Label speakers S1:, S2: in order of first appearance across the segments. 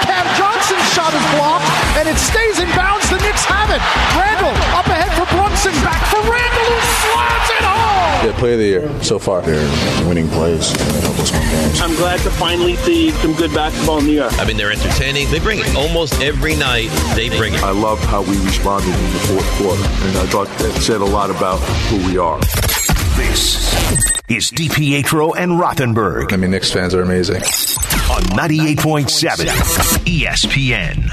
S1: Cam Johnson's shot is blocked, and it stays in bounds. The Knicks have it. Randall up ahead for Brunson. Back for Randall, who slams it home.
S2: Yeah, player of the year so far. They're winning plays. They help us win games.
S3: I'm glad to finally see some good basketball in New York.
S4: I mean, they're entertaining. They bring it almost every night. They bring it.
S5: I love how we responded in the fourth quarter, and I thought that said a lot about who we are.
S6: This is DiPietro and Rothenberg
S2: I mean, Knicks fans are amazing.
S6: on 98.7 E ESPN.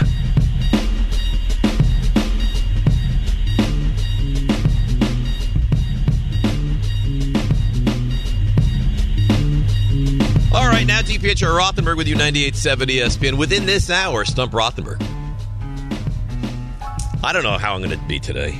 S4: All right, now DPHR Rothenberg with you, 98.7 ESPN. Within this hour, Stump Rothenberg. I don't know how I'm going to be today.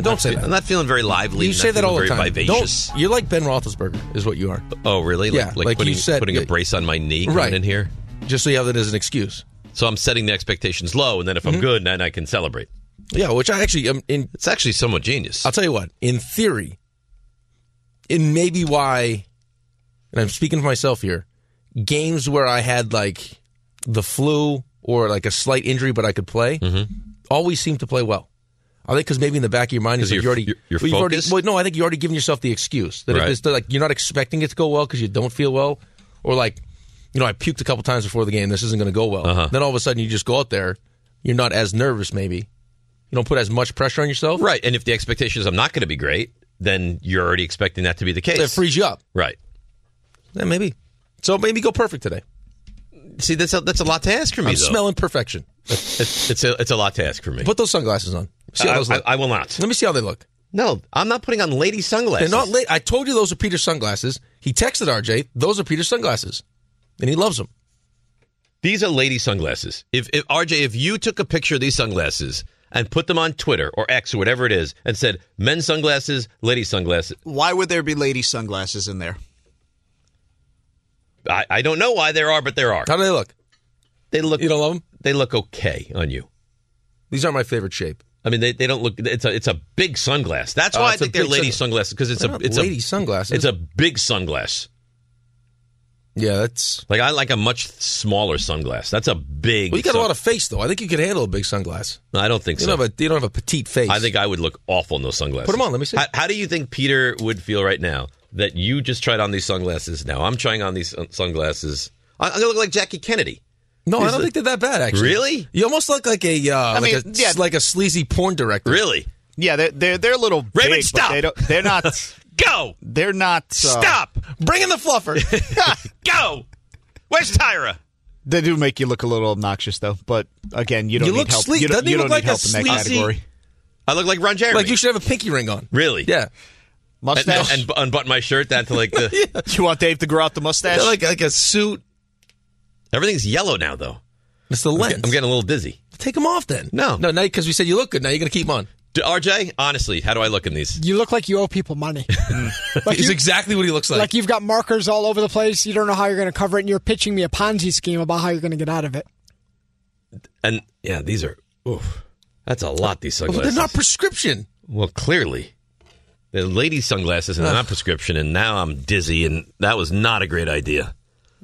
S7: Don't say
S4: I'm
S7: that.
S4: not feeling very lively.
S7: You
S4: not
S7: say that
S4: feeling
S7: all the
S4: very
S7: time.
S4: Vivacious.
S7: Don't, you're like Ben Roethlisberger, is what you are.
S4: oh, really? Like,
S7: Yeah,
S4: like,
S7: like you
S4: putting,
S7: said-
S4: putting a brace on my knee coming
S7: Right.
S4: in here.
S7: Just so you have that as an excuse. Mm-hmm.
S4: So I'm setting the expectations low, and then if I'm good, then I can celebrate.
S7: Yeah, which I actually am in.
S4: It's actually somewhat genius.
S7: I'll tell you what. In theory, it may be why, and I'm speaking for myself here. Games where I had like the flu or like a slight injury, but I could play,
S4: Mm-hmm.
S7: always seem to play well. I think because maybe in the back of your mind,
S4: 'Cause
S7: you're,
S4: you're-
S7: already
S4: you're- you're
S7: well, you've already-
S4: focused?
S7: well, no, I think you already given yourself the excuse that
S4: Right.
S7: if it's like you're not expecting it to go well because you don't feel well, or like you know I puked a couple times before the game, this isn't going to go well.
S4: Uh-huh.
S7: Then all of a sudden you just go out there, you're not as nervous maybe, you don't put as much pressure on yourself.
S4: right, and if the expectation is I'm not going to be great, then you're already expecting that to be the case.
S7: It frees you up.
S4: right.
S7: Yeah, maybe. So maybe go perfect today.
S4: See, that's a, that's a lot to ask for me,
S7: I'm
S4: though.
S7: smelling perfection.
S4: It's, it's a, it's a lot to ask for me.
S7: Put those sunglasses on. See how
S4: I,
S7: those look.
S4: I- I will not.
S7: Let me see how they look.
S4: No, I'm not putting on lady
S7: They're
S4: sunglasses.
S7: not late. I told you those are Peter's sunglasses. He texted RJ, those are Peter's sunglasses. And he loves them.
S4: these are lady sunglasses. If, if RJ, if you took a picture of these sunglasses and put them on Twitter or X or whatever it is, and said men's sunglasses, lady sunglasses,
S8: Why would there be lady sunglasses in there?
S4: I, I don't know why there are, but there are.
S7: How do they look?
S4: They look
S7: You don't love them?
S4: they look okay on you.
S7: These aren't my favorite shape.
S4: I mean, they, they don't look. It's a it's a big sunglass. That's
S7: Oh,
S4: why I
S7: it's a
S4: think they're
S7: big
S4: lady
S7: sunglass.
S4: sunglasses because it's
S7: They're
S4: a
S7: not
S4: it's
S7: lady
S4: a
S7: sunglasses.
S4: it's a big sunglass.
S7: yeah, that's.
S4: Like I like a much smaller sunglass. That's a big.
S7: Well, you got
S4: sun-
S7: a lot of face, though. I think you could handle a big sunglass.
S4: No, I don't think
S7: You,
S4: so.
S7: don't, have a, you don't have a petite face.
S4: I think I would look awful in those sunglasses.
S7: Put 'em on, let me see.
S4: How, how do you think Peter would feel right now that you just tried on these sunglasses? Now I'm trying on these sun- sunglasses. I- I'm gonna look like Jackie Kennedy.
S7: No, I
S4: Is
S7: don't
S4: it-
S7: think they're that bad, actually.
S4: Really?
S7: You almost look like a, uh, like,
S8: mean,
S7: a
S8: yeah.
S7: like a sleazy porn director.
S4: Really?
S8: Yeah, they're they're, they're a little big,
S4: Raymond,
S8: but
S4: stop!
S8: They don't, they're not.
S4: Go,
S8: They're not. uh,
S4: stop,
S7: Bring in the fluffer.
S4: go. Where's Tyra?
S8: They do make you look a little obnoxious, though. But again, you don't
S7: You
S8: need
S7: look
S8: help.
S7: sleek.
S8: You don't,
S7: Doesn't
S8: you
S7: he
S8: don't need
S7: look like a
S8: help in that
S7: sleazy-
S8: category.
S4: I look like Ron Jeremy.
S7: like you should have a pinky ring on.
S4: really?
S7: Yeah.
S4: And,
S8: Mustache.
S4: and bu- unbutton my shirt down to like the.
S8: you want Dave to grow out the
S7: Yeah,
S8: mustache?
S7: like like a suit.
S4: Everything's yellow now though.
S7: It's the lens.
S4: I'm getting a little dizzy.
S7: Take them off then.
S4: No.
S7: no, now because we said you look good. Now you're gonna keep 'em on.
S4: D- RJ, honestly, how do I look in these?
S9: You look like you owe people money. like,
S7: It's
S9: you,
S7: exactly what he looks like.
S9: like you've got markers all over the place. You don't know how you're going to cover it, and you're pitching me a Ponzi scheme about how you're going to get out of it.
S4: And yeah, these are. Oof, that's a lot. These
S7: But
S4: sunglasses.
S7: they're not prescription.
S4: Well, clearly. The ladies' sunglasses and they're not prescription, and now I'm dizzy, and that was not a great idea.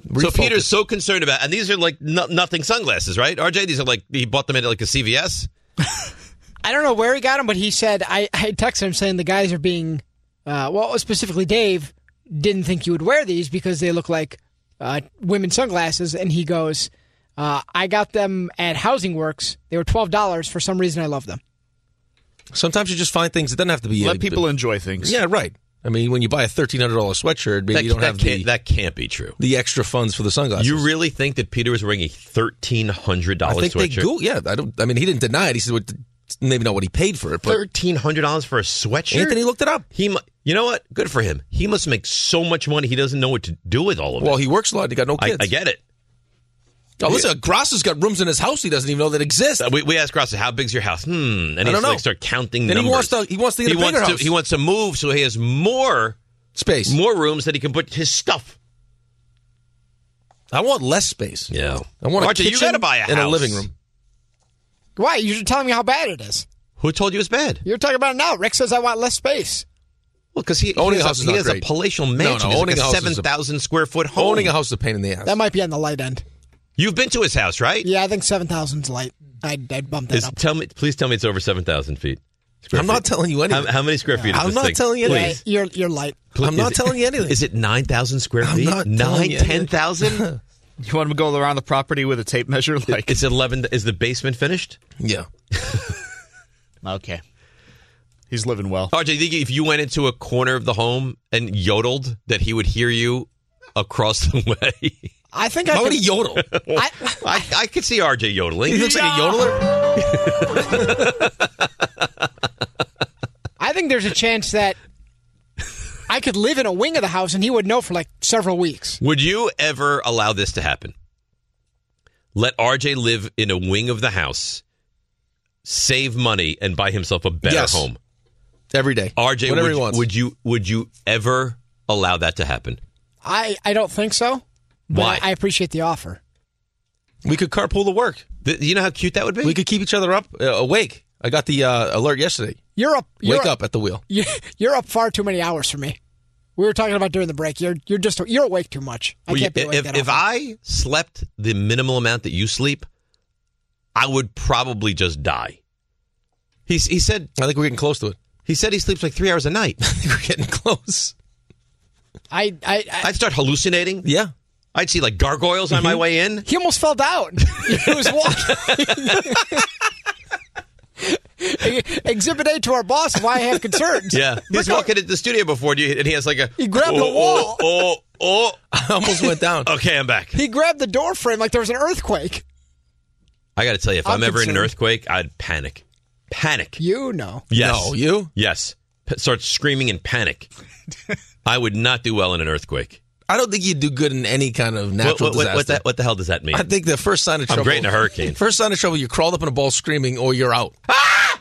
S4: So
S7: Refocus.
S4: Peter's so concerned about, and these are like no, nothing sunglasses, right? RJ, these are like he bought them at like a CVS.
S9: I don't know where he got them, but he said I, I texted him saying the guys are being, uh, well, specifically Dave didn't think you would wear these because they look like uh, women's sunglasses, and he goes, uh, I got them at Housing Works. They were twelve dollars. For some reason, I love them.
S7: Sometimes you just find things. It doesn't have to be. uh,
S8: Let people enjoy things.
S7: Yeah, right. I mean, when you buy a thirteen hundred dollar sweatshirt, maybe
S4: That,
S7: you don't
S4: that
S7: have
S4: can't,
S7: the,
S4: that can't be true.
S7: the extra funds for the sunglasses.
S4: You really think that Peter was wearing a thirteen hundred
S7: I
S4: dollars
S7: think they
S4: sweatshirt?
S7: go. Yeah, I don't. I mean, he didn't deny it. He said what, maybe not what he paid for it, but
S4: Thirteen hundred dollars for a sweatshirt?
S7: Anthony looked it up.
S4: He, mu- you know what? Good for him. He must make so much money he doesn't know what to do with all of it.
S7: Well, he works a lot. He got no
S4: I,
S7: kids.
S4: I get it.
S7: Oh, listen, Grasso's got rooms in his house he doesn't even know that exist.
S4: Uh, We, we asked Ross, how big's your house? Hmm. And he
S7: don't
S4: has to,
S7: know.
S4: like, start counting
S7: Then he
S4: numbers.
S7: wants to- he wants to get a bigger
S4: wants
S7: house.
S4: To, he wants to move so he has more
S7: Space.
S4: more rooms that he can put his stuff.
S7: I want less space.
S4: Yeah.
S7: I want
S4: Archie,
S7: a
S4: you
S7: kitchen
S4: gotta buy a
S7: and a
S4: house.
S7: living room.
S9: Why? You're telling me how bad it is.
S4: Who told you it's bad?
S9: You're talking about it now. Rick says I want less space.
S4: Well, because he,
S7: Owning
S4: he
S7: a
S4: has,
S7: house is
S4: a, he
S7: not
S4: has a
S7: great.
S4: palatial
S7: No,
S4: mansion.
S7: no,
S4: He's
S7: owning a
S4: like
S7: house
S4: a
S7: is a-
S4: 7,000 square foot home.
S7: Owning a house is a pain in the ass.
S9: That might be on the light end.
S4: You've been to his house, right?
S9: Yeah, I think 7,000's light. I'd, I'd bump that
S4: Is,
S9: up.
S4: tell me, please tell me it's over 7,000 feet. square
S7: I'm not
S4: feet.
S7: telling you anything.
S4: How, how many square feet is
S7: I'm
S4: this
S7: not
S4: thing?
S7: telling you
S4: Please.
S7: anything.
S9: You're, you're light.
S4: Pl-
S7: I'm not
S4: is it-
S7: telling you anything.
S4: Is it 9,000 square
S7: I'm
S4: feet?
S7: not telling
S4: 9,
S7: you anything.
S4: 10,000?
S8: You want him to go around the property with a tape measure? Like,
S4: It's 11. Is the basement finished?
S7: yeah.
S8: okay. He's living well.
S4: RJ, do you think if you went into a corner of the home and yodeled, that he would hear you across the way?
S9: I think I
S7: How would
S9: could,
S7: he yodel?
S9: I,
S4: I, I could see RJ yodeling.
S7: He looks like a yodeler.
S9: I think there's a chance that I could live in a wing of the house and he would know for like several weeks.
S4: Would you ever allow this to happen? Let RJ live in a wing of the house, save money, and buy himself a better
S7: Yes.
S4: home.
S7: Every day.
S4: RJ,
S7: whatever
S4: would,
S7: he wants.
S4: would you would you ever allow that to happen?
S9: I, I don't think so. But
S4: Why?
S9: I, I appreciate the offer.
S7: we could carpool to work.
S4: Th- you know how cute that would be.
S7: We could keep each other up uh, awake. I got the uh, alert yesterday.
S9: You're up. You're
S7: Wake up at the wheel.
S9: You're, you're up far too many hours for me. We were talking about during the break. You're you're just you're awake too much. I
S4: Well,
S9: can't be
S4: you-
S9: awake
S4: if,
S9: that
S4: if
S9: often.
S4: I slept the minimal amount that you sleep, I would probably just die. He s- he said
S7: I think we're getting close to it.
S4: he said he sleeps like three hours a night.
S7: I think we're getting close.
S9: I I, I
S4: I'd start hallucinating.
S7: Yeah. Mm-hmm.
S4: I'd see like gargoyles on my way in.
S9: He almost fell down. He was walking. Exhibit A to our boss why I have concerns.
S4: Yeah, he's
S9: Look,
S4: walking into the studio before you, and he has like a
S9: He grabbed
S4: oh,
S9: the wall.
S4: Oh, oh,
S7: I almost went down.
S4: oh. okay, I'm back.
S9: He grabbed the door frame like there was an earthquake.
S4: I got to tell you, if I'm,
S9: I'm
S4: ever in an
S9: concerned.
S4: earthquake, I'd panic, panic.
S9: You know.
S4: Yes,
S7: No, you?
S4: Yes, P- start screaming in panic. I would not do well in an earthquake.
S7: I don't think you'd do good in any kind of natural
S4: What, what, what,
S7: disaster.
S4: what, that, what the hell does that mean?
S7: I think the first sign of
S4: I'm
S7: trouble.
S4: great in a hurricane.
S7: First sign of trouble, you crawled up in a ball screaming, or you're out.
S4: Ah!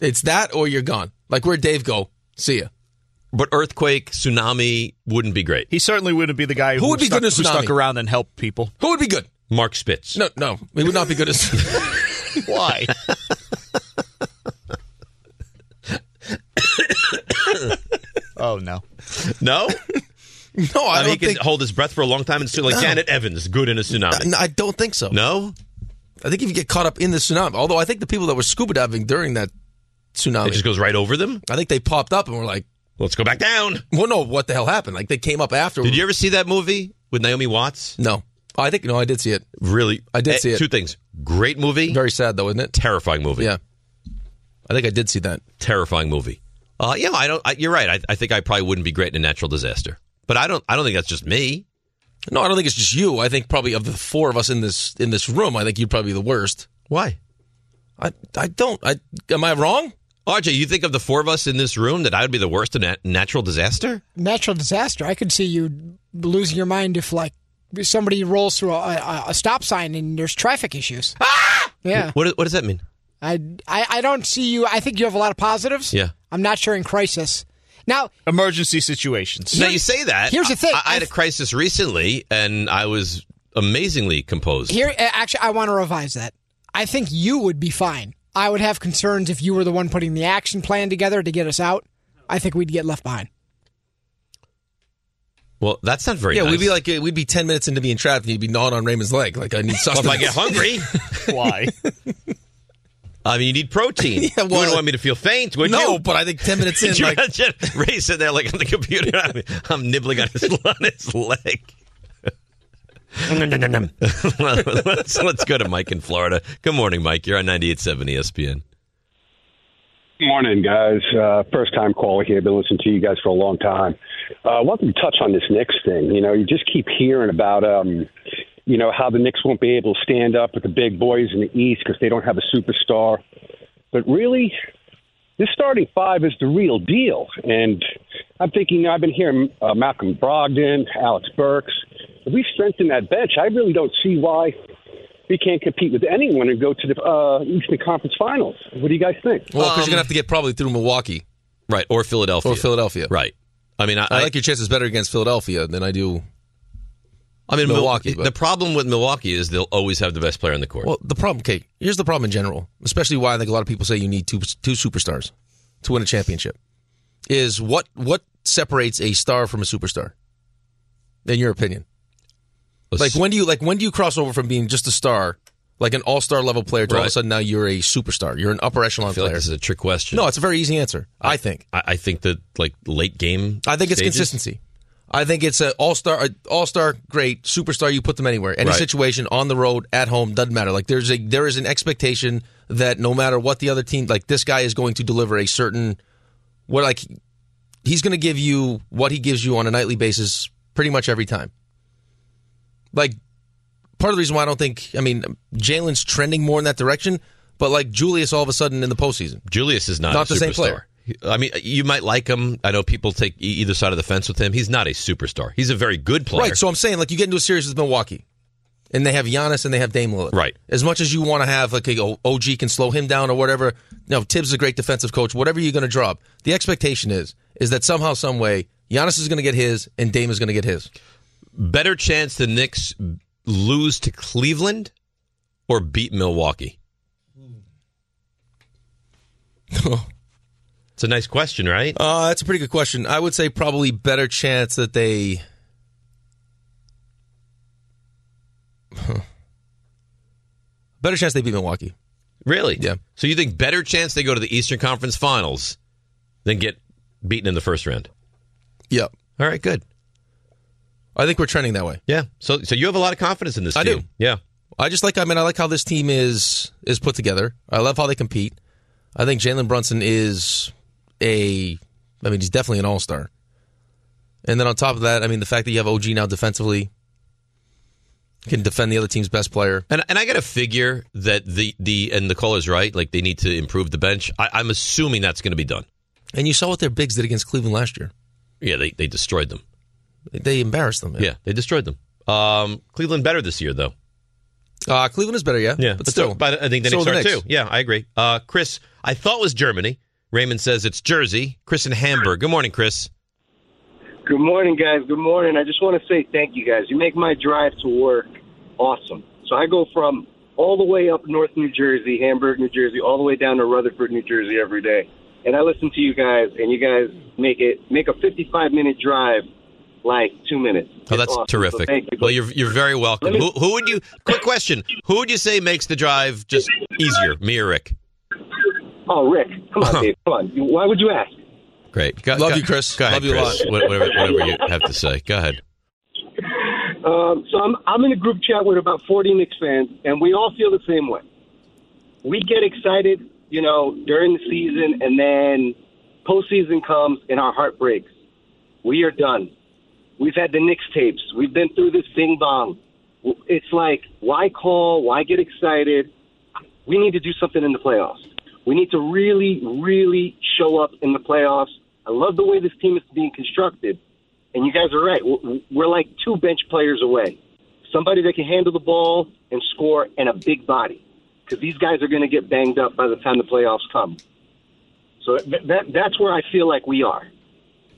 S7: It's that, or you're gone. Like where Dave go? See ya.
S4: but earthquake, tsunami wouldn't be great.
S8: He certainly wouldn't be the guy who,
S7: would be
S8: stuck,
S7: good in a
S8: who stuck
S7: tsunami?
S8: around and helped people.
S7: Who would be good?
S4: Mark Spitz.
S7: No, no, he would not be good as.
S8: Why? oh no!
S4: no?
S7: no,
S4: I
S7: I
S4: mean, he
S7: don't
S4: can
S7: think.
S4: hold his breath for a long time and still like
S7: No.
S4: Janet Evans, good in a tsunami.
S7: No, I don't think so.
S4: No?
S7: I think if you get caught up in the tsunami, although I think the people that were scuba diving during that
S4: It
S7: tsunami,
S4: just goes right over them?
S7: I think they popped up and were like,
S4: Let's go back down.
S7: "Well, no, what the hell happened?" Like they came up after.
S4: Did you ever see that movie with Naomi Watts?
S7: No, I think no, I did see it.
S4: Really?
S7: I did
S4: eh,
S7: see it.
S4: Two things. Great movie,
S7: Very sad though, isn't it?
S4: terrifying movie.
S7: Yeah, I think I did see that.
S4: Terrifying movie. Uh, yeah, I don't I, you're right. I, I think I probably wouldn't be great in a natural disaster. But I don't I don't think that's just me.
S7: No, I don't think it's just you. I think probably of the four of us in this in this room, I think you'd probably be the worst.
S4: Why?
S7: I I don't. I am I wrong?
S4: RJ, you think of the four of us in this room that I would be the worst in a natural disaster?
S9: Natural disaster. I could see you losing your mind if like somebody rolls through a, a, a stop sign and there's traffic issues.
S8: Ah!
S9: Yeah.
S4: What what does that mean?
S9: I, I I don't see you. I think you have a lot of positives.
S4: Yeah.
S9: I'm not sure in crisis. Now,
S8: Emergency situations.
S4: Now you say that.
S9: here's the thing.
S4: I, I had a
S9: I've-
S4: crisis recently, and I was amazingly composed.
S9: Here, a- actually, I want to revise that. I think you would be fine. I would have concerns if you were the one putting the action plan together to get us out. I think we'd get left behind.
S4: well, that's not very.
S7: yeah,
S4: nice.
S7: we'd be like uh, we'd be ten minutes into being trapped, and you'd be gnawing on Raymond's leg. Like I need
S4: Well,
S7: sustenance.
S4: if I get hungry,
S8: Why?
S4: I mean, you need protein.
S7: well-
S4: you wouldn't want me to feel faint, would
S7: no,
S4: you?
S7: but I think ten minutes in,
S4: Could you
S7: like
S4: imagine Ray sitting there like on the computer? I'm, I'm nibbling on his, on his leg. let's, let's go to Mike in Florida. Good morning, Mike. You're on 98.7 ESPN.
S10: Morning, guys. Uh, first time caller here. Been listening to you guys for a long time. Uh, wanted to touch on this Knicks thing. You know, you just keep hearing about, um, you know, how the Knicks won't be able to stand up with the big boys in the East because they don't have a superstar. But really, this starting five is the real deal. And I'm thinking, I've been hearing uh, Malcolm Brogdon, Alex Burks. If we strengthen that bench, I really don't see why He can't compete with anyone and go to the uh, Eastern Conference Finals. What do you guys think?
S7: Well, because you're gonna have to get probably through Milwaukee
S4: right or Philadelphia
S7: Um, or Philadelphia.
S4: Right. I mean, I,
S7: I, like your chances better against Philadelphia than I do.
S4: I mean,
S7: Milwaukee,
S4: Milwaukee.
S7: but-
S4: The problem with Milwaukee is they'll always have the best player on the court.
S7: Well, the problem, Kate. Here's the problem in general, especially why I think a lot of people say you need two two superstars to win a championship. Is what what separates a star from a superstar? In your opinion, like when do you like when do you cross over from being just a star, like an all star level player, to all of a
S4: Right.
S7: sudden now you're a superstar, you're an upper echelon
S4: I feel
S7: player?
S4: like this is a trick question.
S7: no, it's a very easy answer. I think.
S4: I, I think that like late game.
S7: I think it's
S4: stages-
S7: consistency. I think it's an all star, all star, great superstar. You put them anywhere, any
S4: Right.
S7: situation, on the road, at home, doesn't matter. Like there's a there is an expectation that no matter what the other team, like this guy is going to deliver a certain, what like he's going to give you what he gives you on a nightly basis, pretty much every time. Like part of the reason why I don't think, I mean, Jalen's trending more in that direction, but like Julius all of a sudden in the postseason,
S4: Julius is not
S7: Not
S4: a
S7: the same
S4: superstar.
S7: player.
S4: I mean, you might like him. I know people take e- either side of the fence with him. He's not a superstar. He's a very good player.
S7: Right. So I'm saying, like, you get into a series with Milwaukee, and they have Giannis and they have Dame Lillard.
S4: Right.
S7: As much as you want to have, like, a, OG can slow him down or whatever. No, Tibbs is a great defensive coach. Whatever you're going to drop, the expectation is is that somehow, some way, Giannis is going to get his and Dame is going to get his.
S4: Better chance the Knicks lose to Cleveland or beat Milwaukee. It's a nice question, right?
S7: Uh, that's a pretty good question. I would say probably better chance that they. Huh. Better chance they beat Milwaukee.
S4: Really?
S7: Yeah.
S4: So you think better chance they go to the Eastern Conference Finals than get beaten in the first round?
S7: Yeah.
S4: All right, good.
S7: I think we're trending that way.
S4: Yeah. So so you have a lot of confidence in this
S7: I
S4: team.
S7: do.
S4: Yeah.
S7: I just like. I mean, I like how this team is is put together. I love how they compete. I think Jalen Brunson is a. I mean, he's definitely an all star. And then on top of that, I mean, the fact that you have OG now defensively can defend the other team's best player.
S4: And and I got to figure that the the and the caller's right. Like they need to improve the bench. I, I'm assuming that's going to be done.
S7: And you saw what their bigs did against Cleveland last year.
S4: Yeah, they they destroyed them.
S7: They embarrassed them. man.
S4: Yeah, they destroyed them. Um, Cleveland better this year though.
S7: Uh, Cleveland is better. Yeah.
S4: but
S7: But still,
S4: but I think the
S7: so
S4: Knicks
S7: are
S4: are
S7: the
S4: too.
S7: Knicks.
S4: Yeah, I agree. Uh, Chris, I thought was Germany. Raymond says it's Jersey. Chris in Hamburg. Good morning, Chris. Oh,
S3: Good morning, guys. Good morning. I just want to say thank you, guys. You make my drive to work awesome. So I go from all the way up north New Jersey, Hamburg, New Jersey, all the way down to Rutherford, New Jersey every day. And I listen to you guys, and you guys make it make a 55 minute drive like two minutes.
S4: Oh,
S3: It's
S4: that's
S3: awesome. So
S4: terrific.
S3: thank you.
S4: well, you're you're very welcome. Who, who would you? Quick question. Who would you say makes the drive just easier, me or Rick?
S3: oh, Rick, come on, Dave, come on. You- Why would you ask?
S4: Great. Go,
S7: Love
S4: go-
S7: you, Chris.
S4: Go ahead,
S7: Love you a
S4: Chris. Wha- Whatever, whatever you have to say. Go ahead.
S3: Um, so I'm I'm in a group chat with about 40 Knicks fans, and we all feel the same way. We get excited, you know, during the season, and then postseason comes, and our heart breaks. We are done. We've had the Knicks tapes. We've been through this ding dong. It's like, why call? Why get excited? We need to do something in the playoffs. We need to really, really show up in the playoffs. I love the way this team is being constructed. And you guys are right. We're- We're like two bench players away. Somebody that can handle the ball and score and a big body. Because these guys are going to get banged up by the time the playoffs come. So th- that, that's where I feel like we are.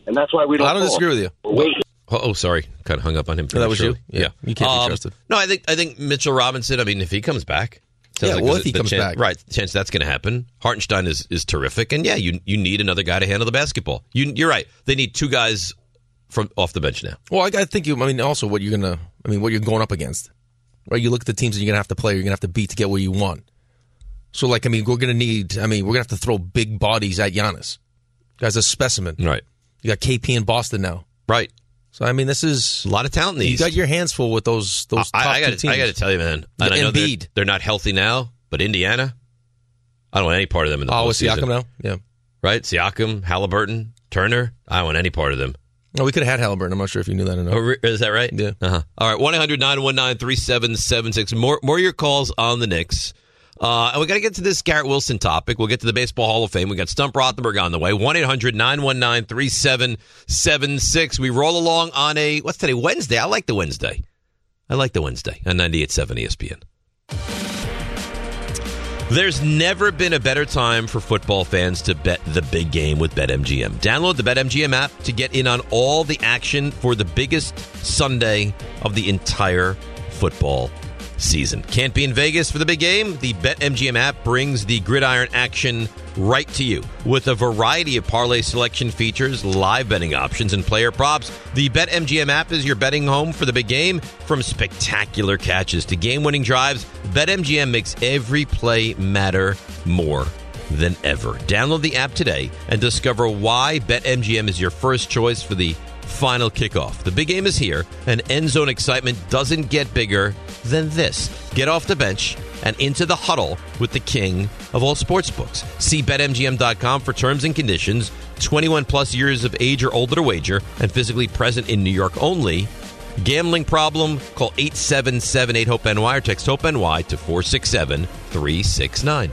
S3: And that's why we don't
S7: I don't
S3: fall.
S7: disagree with you.
S3: We're waiting.
S4: Oh, oh, sorry, kind of hung up on him.
S7: that was you?
S4: prematurely. Um,
S7: Yeah. You can't be trusted.
S4: No, I think I think Mitchell Robinson. I mean, if he comes back, sounds
S7: Yeah,
S4: like
S7: well,
S4: there's
S7: if he
S4: the
S7: comes
S4: chance,
S7: back.
S4: right? Chance that's going to happen. Hartenstein is is terrific, and yeah, you you need another guy to handle the basketball. You you're right. They need two guys from off the bench now.
S7: Well, I, I think you. I mean, also what you're gonna. I mean, what you're going up against, right? You look at the teams that you're gonna have to play. You're gonna have to beat to get where you want. So, like, I mean, we're gonna need. I mean, we're gonna have to throw big bodies at Giannis. Guy's a specimen.
S4: Right,
S7: You got KP in Boston now.
S4: right.
S7: So, I mean, this is
S4: A lot of talent in
S7: you
S4: these.
S7: got your hands full with those those top
S4: I, I
S7: two
S4: got
S7: teams.
S4: I got to tell you, man.
S7: You
S4: And
S7: got
S4: I know they're,
S7: Embiid.
S4: they're not healthy now, but Indiana, I don't want any part of them in the
S7: oh, with
S4: postseason.
S7: Siakam now, yeah.
S4: Right, Siakam, Halliburton, Turner. I don't want any part of them.
S7: No, Oh, we could have had Halliburton. I'm not sure if you knew that or
S4: Oh,
S7: not.
S4: re- is that right?
S7: Yeah.
S4: Uh-huh. All right. One 3776 More, more of your calls on the Knicks. Uh, and we got to get to this Garrett Wilson topic. We'll get to the Baseball Hall of Fame. We got Stump Rothenberg on the way. 1 800 919 3776. We roll along on E a, what's today? Wednesday. I like the Wednesday. I like the Wednesday on 98.7 ESPN. There's never been a better time for football fans to bet the big game with BetMGM. Download the BetMGM app to get in on all the action for the biggest Sunday of the entire football season. Can't be in Vegas for the big game? The BetMGM app brings the gridiron action right to you. With a variety of parlay selection features, live betting options, and player props, the BetMGM app is your betting home for the big game. From spectacular catches to game winning drives, BetMGM makes every play matter more than ever. Download the app today and discover why BetMGM is your first choice for the final kickoff. The big game is here, and end zone excitement doesn't get bigger than this. Get off the bench and into the huddle with the king of all sportsbooks. See BetMGM.com for terms and conditions. 21 plus years of age or older to wager, and physically present in New York only. Gambling problem? Call 8778 HOPE NY or text HOPE NY to 467 369.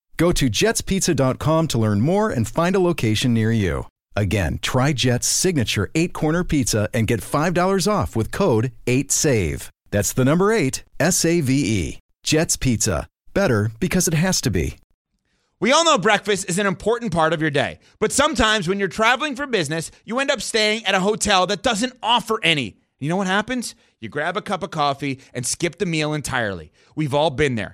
S11: Go to jetspizza.com to learn more and find a location near you. Again, try Jet's signature eight corner pizza and get $5 off with code 8SAVE. That's the number eight, S A V E. Jet's Pizza. Better because it has to be.
S12: We all know breakfast is an important part of your day, but sometimes when you're traveling for business, you end up staying at a hotel that doesn't offer any. You know what happens? You grab a cup of coffee and skip the meal entirely. We've all been there.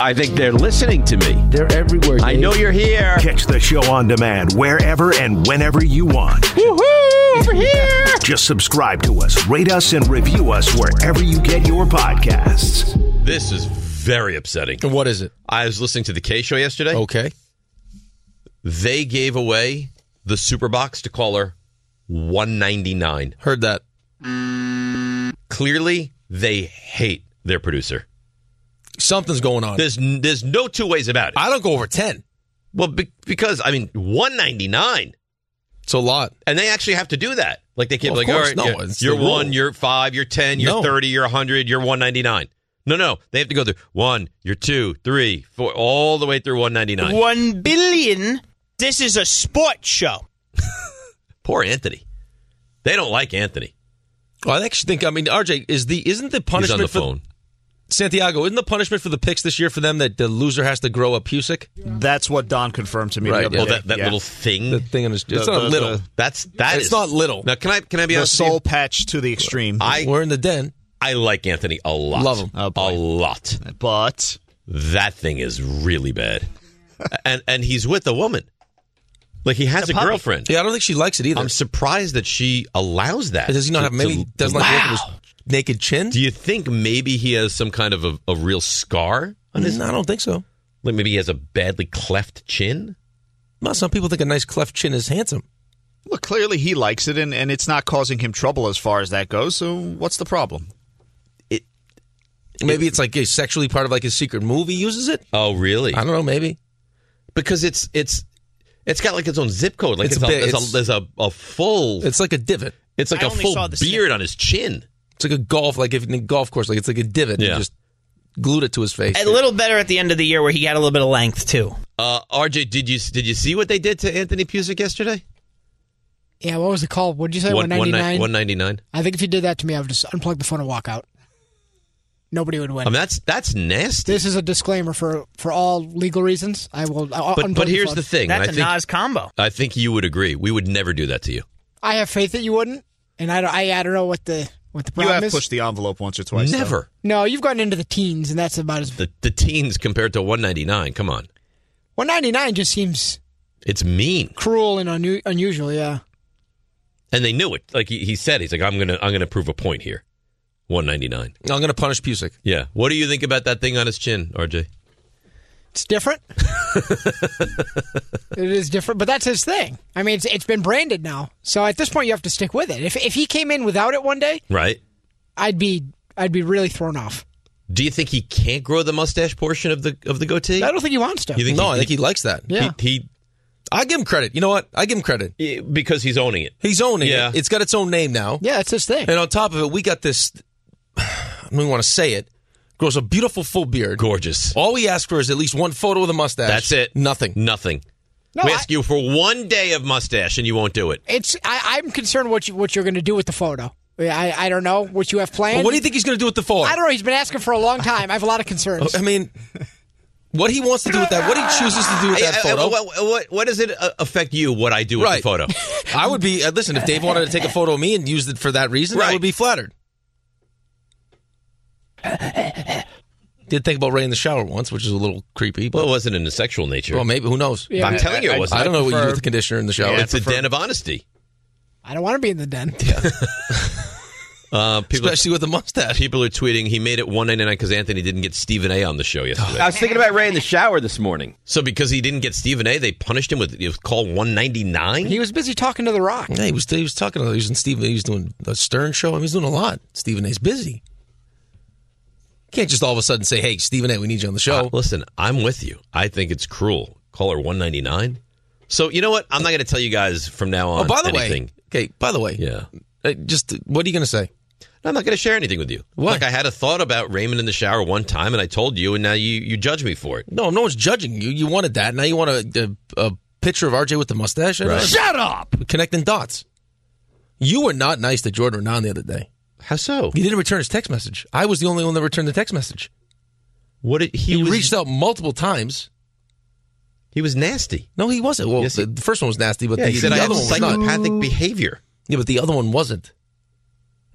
S4: I think they're listening to me.
S6: They're everywhere.
S4: I know you're here.
S6: Catch the show on demand wherever and whenever you want.
S1: Woohoo! Over here!
S6: Just subscribe to us, rate us, and review us wherever you get your podcasts.
S4: This is very upsetting.
S7: And what is it?
S4: I was listening to the K show yesterday.
S7: Okay.
S4: They gave away the super box to caller 199.
S7: Heard that.
S4: Clearly, they hate their producer.
S7: Something's going on.
S4: There's n- there's no two ways about it.
S7: I don't go over 10.
S4: Well, be- because I mean 199.
S7: It's a lot.
S4: And they actually have to do that. Like they can't
S7: Well,
S4: be like,
S7: of
S4: all right,
S7: course, no,
S4: you're-
S7: it's the
S4: you're,
S7: rule.
S4: one, you're five, you're ten, you're
S7: No.
S4: thirty, you're hundred, you're one ninety nine. No, no, they have to go through one, you're two, three, four, all the way through one ninety nine.
S13: One billion. This is a sports show.
S4: Poor Anthony. They don't like Anthony.
S7: Well, I actually think I mean RJ is the isn't the punishment
S4: the
S7: for
S4: phone.
S7: Santiago isn't the punishment for the picks this year for them that the loser has to grow a pusic.
S8: That's what Don confirmed to me.
S7: Right,
S8: the other
S7: yeah.
S8: day.
S7: Oh, that- that
S8: Yeah.
S4: Little thing.
S7: The thing on his, it's
S8: The-
S7: not
S8: the-
S7: little.
S8: the-
S4: That's that
S7: it's
S4: is-
S7: not little.
S4: Now, can I can I be
S8: the
S4: honest?
S8: soul
S4: with
S8: patch to the extreme.
S4: you? I
S7: We're in the den.
S4: I like Anthony a lot.
S7: Love him. Oh,
S4: a lot.
S8: But
S4: That thing is really bad. and and he's with a woman. Like he has
S7: It's a
S4: a,
S7: puppy.
S4: girlfriend.
S7: Yeah, I don't think she likes it either.
S4: I'm surprised that she allows that.
S7: Does he not
S4: to-
S7: have maybe
S4: to-
S7: doesn't like the look
S4: Wow.
S7: of his naked chin?
S4: Do you think maybe he has some kind of a, a real scar on his?
S7: No, I don't think so.
S4: Like maybe he has a badly cleft chin.
S7: Well, some people think a nice cleft chin is handsome.
S8: look, clearly he likes it, and, and it's not causing him trouble as far as that goes. So what's the problem?
S7: Maybe it's like a sexually part of like his secret movie uses it.
S4: Oh, really?
S7: I don't know. Maybe
S4: Because it's it's it's got like its own zip code. Like
S7: It's
S4: it's,
S7: a
S4: a,
S7: bit-
S4: there's,
S7: it's-
S4: a, there's a a full. It's,
S7: it's like a divot.
S4: like
S13: I
S4: a
S13: only
S4: full
S13: saw
S4: beard
S13: the snip.
S4: on his chin.
S7: It's like a golf, like if in a golf course, like it's like a divot.
S4: Yeah.
S7: You just glued it to his face.
S13: A little better at the end of the year where he got a little bit of length too.
S4: Uh, RJ, did you did you see what they did to Anthony Pusick yesterday?
S9: Yeah, what was the call? What did you say?
S4: One- one ni-
S9: 199?
S4: 199.
S9: I think if you did that to me, I would just unplug the phone and walk out. Nobody would
S4: I
S9: win.
S4: mean, that's that's nasty.
S9: This is a disclaimer for for all legal reasons. I will. I,
S4: But but here's the thing. and I think-
S9: combo.
S4: I think you would agree. We would never do that to you.
S9: I have faith that you wouldn't, and I don't. I, I don't know what the what the
S8: You
S9: problem
S8: have
S9: is.
S8: pushed the envelope once or twice. though.
S4: Never.
S9: no, you've gotten into the teens, and that's about as
S4: The the teens compared to 199. Come on,
S9: one ninety nine. Just seems
S4: it's mean.
S9: cruel and unu- unusual. Yeah.
S4: And they knew it. Like he, he said, he's like, I'm gonna I'm gonna prove a point here. 199.
S7: I'm going to punish Pusick.
S4: Yeah. What do you think about that thing on his chin, RJ?
S9: It's different. it is different, but that's his thing. I mean, it's, it's been branded now, so at this point, you have to stick with it. If if he came in without it one day,
S4: Right.
S9: I'd be I'd be really thrown off.
S4: Do you think he can't grow the mustache portion of the of the goatee?
S9: I don't think he wants to.
S4: You think
S7: no,
S4: he-
S7: I think he likes that.
S9: Yeah.
S4: He, he
S7: I give him credit. You know what? I give him credit
S4: because he's owning it.
S7: He's owning
S4: Yeah.
S7: it. It's got its own name now.
S9: Yeah, it's his thing.
S7: And on top of it, we got this. I don't even want to say it. Grows a beautiful full beard.
S4: Gorgeous.
S7: All we ask for is at least one photo of the mustache.
S4: That's it.
S7: Nothing.
S4: Nothing.
S9: No,
S4: we
S9: I-
S4: ask you for one day of mustache and you won't do it.
S9: It's I, I'm concerned what you what you're going to do with the photo. I, I don't know what you have planned.
S7: Well, what do you think he's going to do with the photo?
S9: I don't know. He's been asking for a long time. I have a lot of concerns.
S7: I mean, what he wants to do with that, what he chooses to do with that
S4: I- I-
S7: photo.
S4: what, what, what does it uh, affect you? What I do with
S7: Right.
S4: the photo?
S7: I would be uh, listen if Dave wanted to take a photo of me and used it for that reason. I
S4: Right.
S7: would be flattered. Did think about Ray in the shower once, which is a little creepy. But,
S4: Well, it wasn't in a sexual nature.
S7: well, maybe who knows?
S9: Yeah.
S4: I'm telling you,
S7: I,
S4: it wasn't.
S7: don't know what you do
S4: prefer-
S7: with the conditioner in the shower.
S4: Yeah, it's a den of honesty.
S9: I don't want to be in the den.
S4: Uh, people,
S7: Especially with a mustache.
S4: People are tweeting he made it 199 because Anthony didn't get Stephen A. on the show yesterday.
S14: I was thinking about Ray in the shower this morning.
S4: so because he didn't get Stephen A. They punished him with it was call 199.
S9: He was busy talking to The Rock.
S7: Yeah, he was he was talking. He was in Stephen. He was doing the Stern show. I mean, he's doing a lot. Stephen A's busy. Can't just all of a sudden say, "Hey, Stephen A, we need you on the show."
S4: Uh, listen, I'm with you. I think it's cruel. Call her 199. So you know what? I'm not going to tell you guys from now on.
S7: oh, by the
S4: anything.
S7: way, okay. By the way,
S4: yeah.
S7: uh, just what are you going to say?
S4: I'm not going to share anything with you. Like I had a thought about Raymond in the shower one time, and I told you, and now you you judge me for it.
S7: No, no one's judging you. You wanted that. Now you want a, a, a picture of RJ with the mustache. I know.
S4: Right. Shut
S7: up. Connecting dots. You were not nice to Jordan Renan the other day.
S4: How so?
S7: You didn't return his text message. I was the only one that returned the text message.
S4: What did
S7: He, reached out multiple times.
S4: He was nasty.
S7: No, he wasn't. Well,
S4: Yes, he-
S7: the, the first one was nasty, but
S4: Yeah,
S7: the,
S4: he said
S7: the
S4: I have
S7: other one was not.
S4: psychopathic behavior.
S7: Yeah, but the other one wasn't.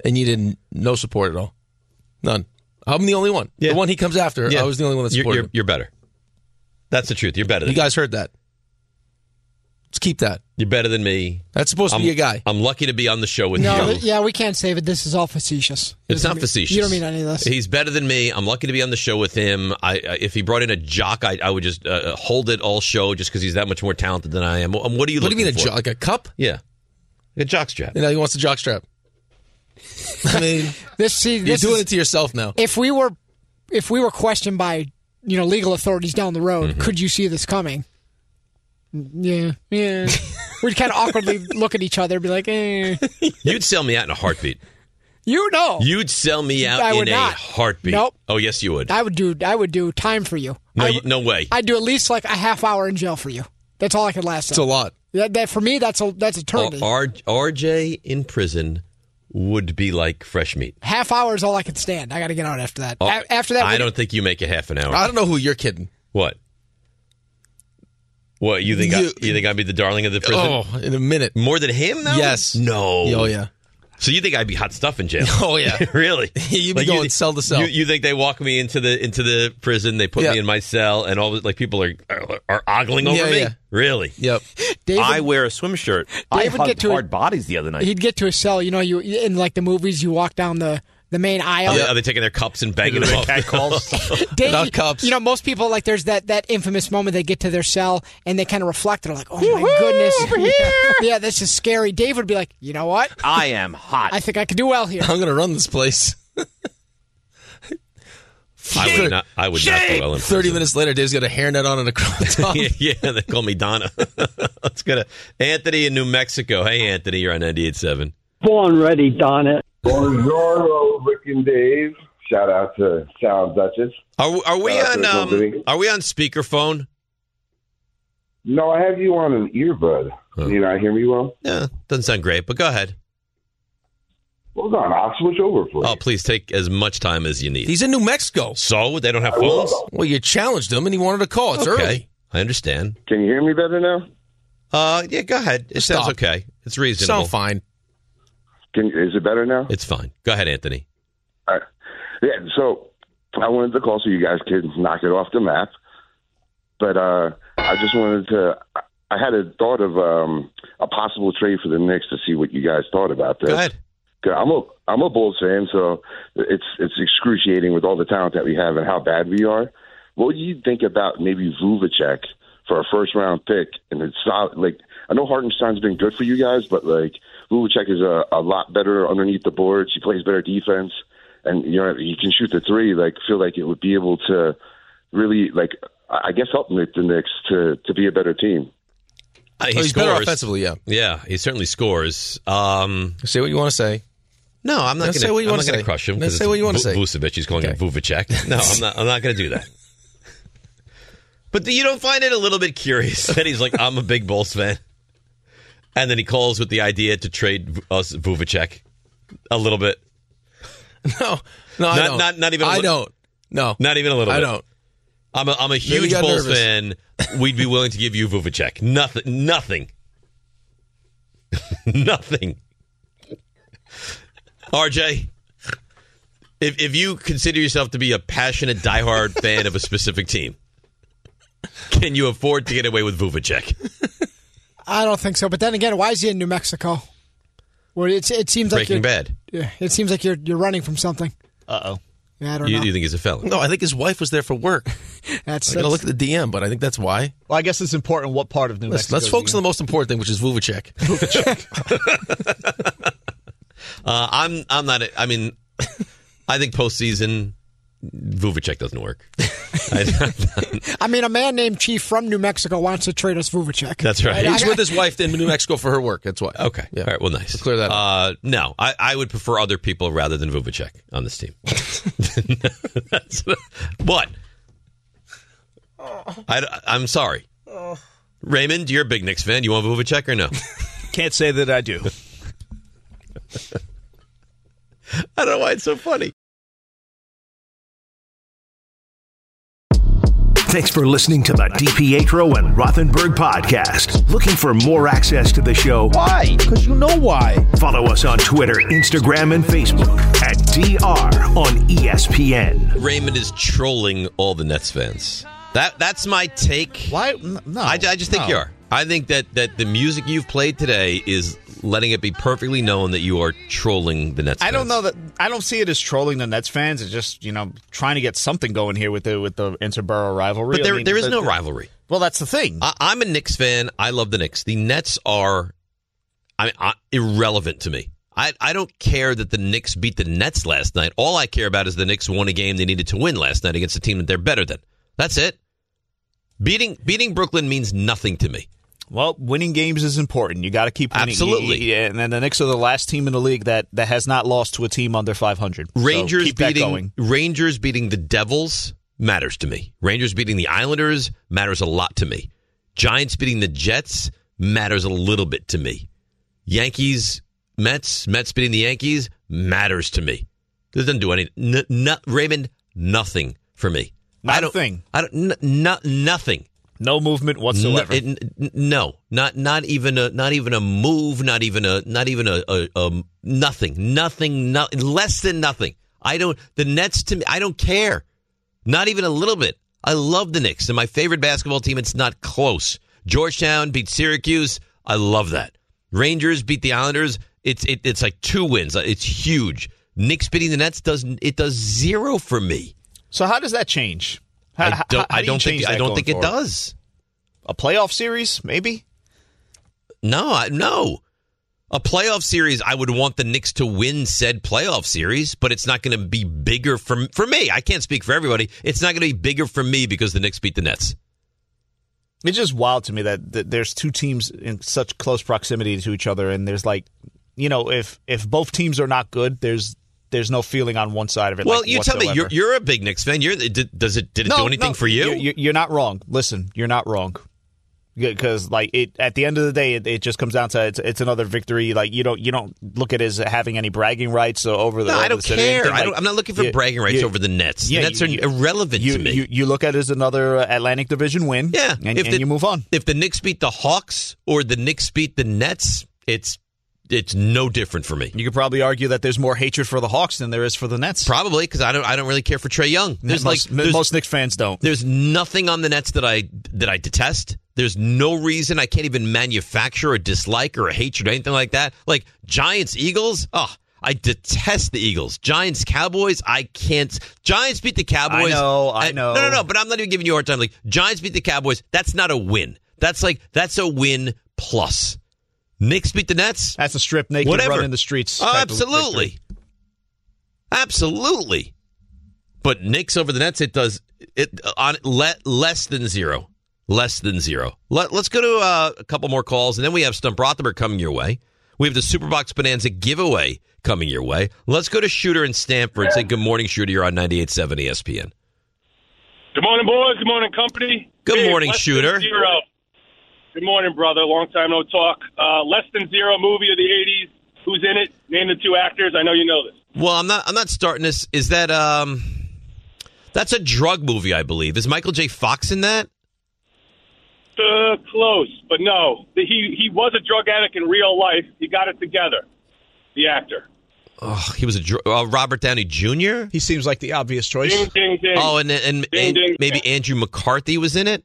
S7: And you didn't no support at all. None. I'm the only one.
S4: Yeah.
S7: The one he comes after, I was the only one that
S4: You're-
S7: supported
S4: You're, you're better. That's the truth. You're better.
S7: him. You
S4: Than
S7: guys heard that. Let's keep that.
S4: You're better than me.
S7: That's supposed
S4: I'm,
S7: to be a guy.
S4: I'm lucky to be on the show with
S9: No,
S4: you.
S9: th- yeah, we can't save it. This is all facetious. It
S4: It's
S9: doesn't
S4: not
S9: mean-
S4: facetious.
S9: You don't mean any of this.
S4: He's better than me. I'm lucky to be on the show with him. I, I if he brought in a jock, I, I would just uh, hold it all show just because he's that much more talented than I am. Um, What do you?
S7: What do you mean a
S4: looking for?
S7: jock? Like a cup?
S4: Yeah, like a jock strap.
S7: You know, he wants a jock strap. I mean,
S9: this see,
S7: you're
S9: this
S7: doing
S9: is-
S7: it to yourself now.
S9: if we were if we were questioned by you know legal authorities down the road,
S7: Mm-hmm.
S9: could you see this coming? Yeah, yeah. We'd kind of awkwardly look at each other, and be like, eh.
S4: You'd sell me out in a heartbeat.
S9: "You know,
S4: You'd sell me out
S9: I
S4: in
S9: would
S4: a
S9: not.
S4: heartbeat.
S9: Nope.
S4: Oh yes, you would.
S9: I would do. I would do time for you.
S4: no,
S9: I,
S4: you- no way.
S9: I'd do at least like a half hour in jail for you. That's all I could last.
S7: It's a lot. Oh,
S9: That, that for me, that's a that's eternity.
S4: R- RJ in prison would be like fresh meat.
S9: half hour is all I could stand. I got to get out after that. A- after that,
S4: I
S9: we-
S4: don't think you make it half an hour.
S7: I don't Oh, know who you're kidding.
S4: What? What you think? I,
S7: You-
S4: you think I'd be the darling of the prison?
S7: Oh, in a minute.
S4: More than him, though.
S7: Yes.
S4: No.
S7: Oh, yeah.
S4: So you think I'd be hot stuff in jail?
S7: Oh, yeah.
S4: really?
S7: You'd be going
S4: thi-
S7: cell to cell.
S4: You, you think they walk me into the into the prison? They put
S7: Yeah.
S4: me in my cell, and all the- like people are are, are ogling over
S7: Yeah,
S4: me.
S7: yeah.
S4: Really?
S7: Yep.
S9: David-
S14: I wear a swim shirt. I
S9: David,
S14: hugged
S9: get to it.
S14: hard bodies the other night.
S9: he'd get to a cell. You know, you in like the movies, you walk down the the main aisle.
S4: Are, they, are they taking their cups and banging them off?
S9: Dave,
S7: Not cups.
S9: You know, most people like there's that that infamous moment they get to their cell and they kind of reflect. They're like, "Oh my goodness, over here! yeah, this is scary." Dave would be like, "You know what?
S14: I am hot.
S9: I think I could do well here."
S7: I'm going to run this place.
S4: I would not. I would not do well in prison.
S7: 30 minutes later, Dave's got a hairnet on and a crop top.
S4: yeah, yeah, they call me Donna. Let's go to Anthony in New Mexico. Hey, Anthony, you're on 98.7.
S15: Born ready, Donna.
S16: Bonjour, Rick and Dave. Shout out to Sound Duchess.
S4: Are, are we
S16: Uh,
S4: on
S16: there's nobody.
S4: um, Are we on speakerphone?
S16: No, I have you on an earbud. Can you not hear me well?
S4: Yeah, doesn't sound great, but go ahead.
S16: Hold on, I'll switch over for you.
S4: Oh, please take as much time as you need.
S7: He's in New Mexico.
S4: So they don't have phones.
S7: Well, you challenged him and he wanted to call. It's
S4: okay,
S7: early.
S4: I understand.
S16: Can you hear me better now?
S4: Uh, yeah, go ahead. It sounds okay. It's reasonable.
S7: Sound fine.
S16: Can, is it better now?
S4: It's fine. Go ahead, Anthony.
S16: All right. Yeah, so I wanted to call so you guys could knock it off the map. But uh, I just wanted to. I had a thought of um, a possible trade for the Knicks to see what you guys thought about this.
S4: Go ahead.
S16: I'm a I'm a Bulls fan, so it's it's excruciating with all the talent that we have and how bad we are. What would you think about maybe Vuvacek for a first round pick? And it's solid. Like I know Hartenstein's been good for you guys, but like Vuvacek is a, a lot better underneath the boards. He plays better defense, and you know he can shoot the three. Like feel like it would be able to really like I I guess help the Knicks to to be a better team.
S4: Uh, he
S7: Oh, he's better
S4: scores.
S7: offensively, yeah.
S4: Yeah, he certainly scores. Um,
S7: say what you want to say.
S4: No, I'm not
S7: Now
S4: going
S7: say what you
S4: to. I'm
S7: wanna
S4: not going
S7: say.
S4: to crush him.
S7: Now
S4: 'cause
S7: say
S4: it's
S7: what you wanna
S4: Vu-
S7: say.
S4: Vucevic, he's calling him Vuvacek. No, I'm not. I'm not going to do that. But you don't find it a little bit curious that he's like, I'm a big Bulls fan, and then he calls with the idea to trade V- us Vuvacek a little bit.
S7: No, no, I
S4: Not-
S7: don't.
S4: not- not even a
S7: I
S4: li-
S7: don't. No,
S4: Not even a little.
S7: I
S4: bit.
S7: don't.
S4: I'm a, I'm a
S7: he
S4: huge
S7: got
S4: Bulls
S7: nervous.
S4: fan. We'd be willing to give you Vuvacek. Nothing. Nothing. nothing. RJ, if if you consider yourself to be a passionate, diehard fan of a specific team, can you afford to get away with Vuvacek?
S9: I don't think so. But then again, why is he in New Mexico? Where it's it seems
S4: Breaking
S9: like you're-
S4: Bad.
S9: Yeah, it seems like you're you're running from something.
S7: Uh oh.
S9: Yeah, I don't
S4: You,
S9: know.
S4: you think he's a felon?
S7: No, I think his wife was there for work.
S9: That's
S7: I gotta
S9: that's-
S7: look at the DM, but I think that's why.
S8: Well, I guess it's important what part of New
S7: Let's,
S8: Mexico.
S7: let's focus on the most important thing, which is Vuvacek.
S4: Uh, I'm I'm not. a- I mean, I think postseason Vuvacek doesn't work. I-
S9: I mean, a man named Chief from New Mexico wants to trade us Vuvacek.
S4: That's right.
S9: I-
S7: He's
S9: I-
S7: with his wife in New Mexico for her work. That's why.
S4: Okay. All right. Well, nice. clear that. Uh, no, I, I would prefer other people rather than Vuvacek on this team. That's- but I, am sorry, Raymond. You're a big Knicks fan. You want Vuvacek or no?
S17: Can't say that I do.
S4: I don't know why it's so funny.
S6: Thanks for listening to the DPetro and Rothenberg podcast. Looking for more access to the show? Why? Because you know why. Follow us on Twitter, Instagram, and Facebook at DR on E ESPN.
S4: Raymond is trolling all the Nets fans. That that's my take.
S8: Why? No,
S4: I, I just think
S8: no.
S4: you are. I think that that the music you've played today is letting it be perfectly known that you are trolling the Nets.
S8: I don't
S4: fans.
S8: know that I don't see it as trolling the Nets fans. It's just you know trying to get something going here with the with the interborough rivalry.
S4: But
S8: I
S4: there,
S8: mean,
S4: there is
S8: the-
S4: no
S8: the-
S4: rivalry.
S8: Well, that's the thing.
S4: I, I'm a Knicks fan. I love the Knicks. The Nets are, I mean, I, irrelevant to me. I, I don't care that the Knicks beat the Nets last night. All I care about is the Knicks won a game they needed to win last night against a team that they're better than. That's it. Beating beating Brooklyn means nothing to me.
S8: Well, winning games is important. You got to keep winning.
S4: Absolutely.
S8: Y- y- and then the Knicks are the last team in the league that, that has not lost to a team under 500. So
S4: Rangers
S8: keep that going.
S4: beating Rangers beating the Devils matters to me. Rangers beating the Islanders matters a lot to me. Giants beating the Jets matters a little bit to me. Yankees Mets Mets beating the Yankees matters to me. This doesn't do anything. N- n- Raymond, nothing for me.
S8: Not
S4: I
S8: a
S4: don't,
S8: thing.
S4: I don't. N- n- nothing.
S8: No movement whatsoever.
S4: No, it- n- n- no, not not even a not even a move, not even a not even a, a, a nothing, nothing, no, less than nothing. I don't. The Nets to me, I don't care. Not even a little bit. I love the Knicks. They're my favorite basketball team. It's not close. Georgetown beat Syracuse. I love that. Rangers beat the Islanders. It's it, it's like two wins. It's huge. Knicks beating the Nets doesn't. It does zero for me.
S8: So how does that change?
S4: I
S8: How-
S4: don't-
S8: how-
S4: I
S8: how do you
S4: don't think-
S8: change that
S4: I don't
S8: going
S4: think it
S8: forward?
S4: does.
S8: A playoff series, maybe.
S4: No, I, no. A playoff series, I would want the Knicks to win said playoff series, but it's not going to be bigger for for me. I can't speak for everybody. It's not going to be bigger for me because the Knicks beat the Nets.
S8: It's just wild to me that, that there's two teams in such close proximity to each other, and there's like, you know, if if both teams are not good, there's there's no feeling on one side of it.
S4: well,
S8: like,
S4: you tell me, you're,
S8: whatsoever.
S4: you're a big Knicks fan. You're, did, does it did it
S8: No,
S4: do anything
S8: no,
S4: for you?
S8: You're, you're not wrong. Listen, you're not wrong. because like it at the end of the day it, it just comes down to it's, it's another victory like you don't you don't look at it as having any bragging rights uh, over the
S4: No,
S8: over
S4: I
S8: the
S4: don't
S8: city or
S4: care.
S8: anything.
S4: I
S8: Like,
S4: don't, I'm not looking for
S8: you-
S4: bragging rights
S8: you-
S4: over the Nets.
S8: yeah,
S4: the Nets
S8: you-
S4: are
S8: you-
S4: irrelevant
S8: you,
S4: to me.
S8: You, you look at it as another uh, Atlantic Division win.
S4: Yeah,
S8: and,
S4: if
S8: and
S4: the-
S8: you move on.
S4: If the Knicks beat the Hawks or the Knicks beat the Nets, it's it's no different for me.
S8: You could probably argue that there's more hatred for the Hawks than there is for the Nets.
S4: Probably because I don't I don't really care for Trey Young. There's
S8: most,
S4: like there's,
S8: most Knicks fans don't.
S4: There's nothing on the Nets that I that I detest. There's no reason I can't even manufacture a dislike or a hatred or anything like that. Like Giants, Eagles, oh, I detest the Eagles. Giants, Cowboys, I can't. Giants beat the Cowboys.
S8: I know, I
S4: And-
S8: know.
S4: No, no, no. But I'm not even giving you a hard time. Like Giants beat the Cowboys. That's not a win. That's like that's a win plus. Knicks beat the Nets.
S8: That's a strip naked
S4: Whatever.
S8: run in the streets.
S4: Oh,
S8: type of
S4: absolutely, absolutely. But Knicks over the Nets, it does it on le, less than zero, less than zero. Let, us go to uh, a couple more calls, and then we have Stump Rothenberg coming your way. We have the Superbox Bonanza giveaway coming your way. Let's go to Shooter in Stanford and say good morning, Shooter. You're on 98.7 ESPN.
S18: Good morning, boys. Good morning, company.
S4: Good morning,
S18: less
S4: Shooter.
S18: than Zero. Good morning, brother. Long time no talk. Uh, less than zero movie of the '80s. Who's in it? Name the two actors. I know you know this.
S4: Well, I'm not. I'm not starting this. Is that um? That's a drug movie, I believe. Is Michael J. Fox in that?
S18: Uh, close, but no. The- He he was a drug addict in real life. He got it together. The actor.
S4: Oh, he was a dr- uh, Robert Downey Jr.
S8: He seems like the obvious choice.
S18: Ding, ding, ding.
S4: Oh, and and,
S18: Ding,
S4: and
S18: ding,
S4: maybe Andrew McCarthy was in it.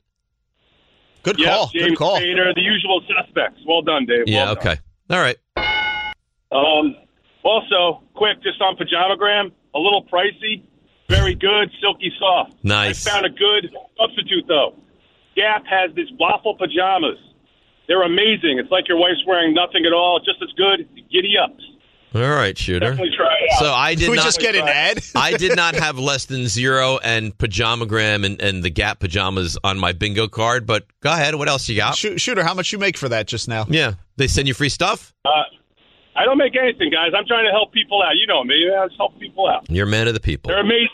S8: Good
S18: Yep, James Spader, the usual suspects. Well done, Dave. Well
S4: Yeah.
S18: done.
S4: Okay. All right.
S18: Um, also, quick, just on Pajamagram, a little pricey, very good, silky soft.
S4: Nice.
S18: I found a good substitute, though. Gap has these waffle pajamas. They're amazing. It's like your wife's wearing nothing at all, just as good. Giddy up.
S4: All right, shooter.
S18: Definitely try it out.
S4: So I did
S18: Can we
S4: not
S18: just get an ad?
S4: I did not have less than zero and pajamagram and, and the Gap pajamas on my bingo card. But go ahead. What else you got?
S8: Shoot, shooter, how much you make for that just now?
S4: Yeah, they send you free stuff.
S18: Uh, I don't make anything, guys. I'm trying to help people out. You know me. I just help people out.
S4: You're a man of the people.
S18: They're amazing.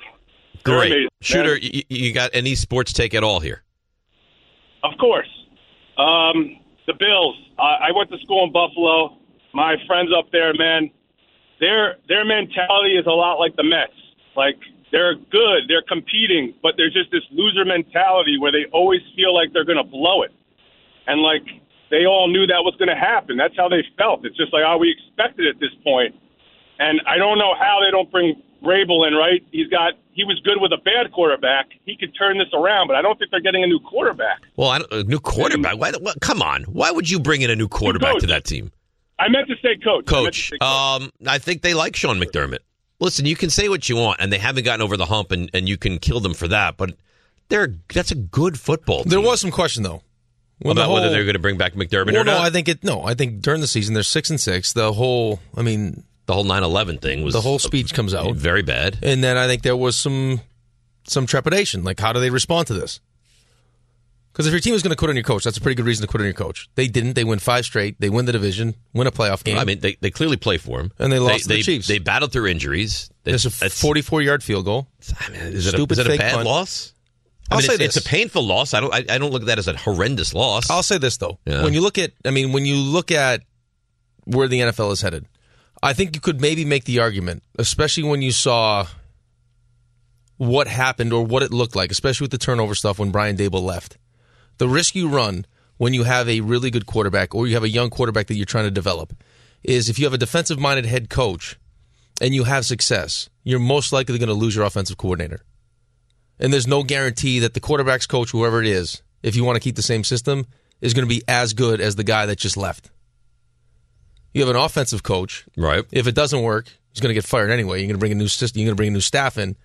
S18: They're
S4: Great
S18: amazing.
S4: shooter. You, you got any sports take at all here?
S18: Of course. Um, the Bills. I I went to school in Buffalo. My friends up there, man, their their mentality is a lot like the Mets. Like they're good, they're competing, but there's just this loser mentality where they always feel like they're going to blow it, and like they all knew that was going to happen. That's how they felt. It's just like, oh, we expected at this point, and I don't know how they don't bring Rabel in. Right? He's got he was good with a bad quarterback. He could turn this around, but I don't think they're getting a new quarterback.
S4: Well, I don't, a new quarterback. Why, what, come on. Why would you bring in a new quarterback to that team?
S18: I meant to say coach. I meant
S4: Coach,
S18: to say
S4: um, I think they like Sean McDermott. Listen, you can say what you want, and they haven't gotten over the hump, and, and you can kill them for that. But they're that's a good football.
S7: There was some question though Well, the
S4: about whether
S7: whole-
S4: they're going to bring back McDermott
S7: Well,
S4: or not.
S7: No, I think it. No, I think during the season they're six and six. The whole, I mean,
S4: the whole 9-11 thing was
S7: the whole speech comes out
S4: very bad,
S7: and then I think there was some some trepidation. Like, how do they respond to this? Because if your team is going to quit on your coach, that's a pretty good reason to quit on your coach. They didn't. They win five straight. They win the division. Win a playoff game.
S4: I mean, they, they clearly play for him,
S7: And they lost to the
S4: they,
S7: Chiefs.
S4: They battled through injuries.
S7: There's a 44 yard field goal.
S4: I mean, is it a-
S7: Stupid
S4: is it a
S7: fake
S4: bad
S7: punt.
S4: loss? I
S7: I'll
S4: mean,
S7: say
S4: it's,
S7: this.
S4: it's a painful loss. I don't. I, I don't look at that as a horrendous loss.
S7: I'll say this though.
S4: Yeah.
S7: When you look at, I mean, when you look at where the NFL is headed, I think you could maybe make the argument, especially when you saw what happened or what it looked like, especially with the turnover stuff when Brian Dable left. The risk you run when you have a really good quarterback or you have a young quarterback that you're trying to develop is if you have a defensive minded head coach and you have success, you're most likely going to lose your offensive coordinator. And there's no guarantee that the quarterback's coach, whoever it is, if you want to keep the same system, is going to be as good as the guy that just left. You have an offensive coach,
S4: right?
S7: If it doesn't work, he's going to get fired anyway. You're going to bring a new system. You're going to bring a new staff in.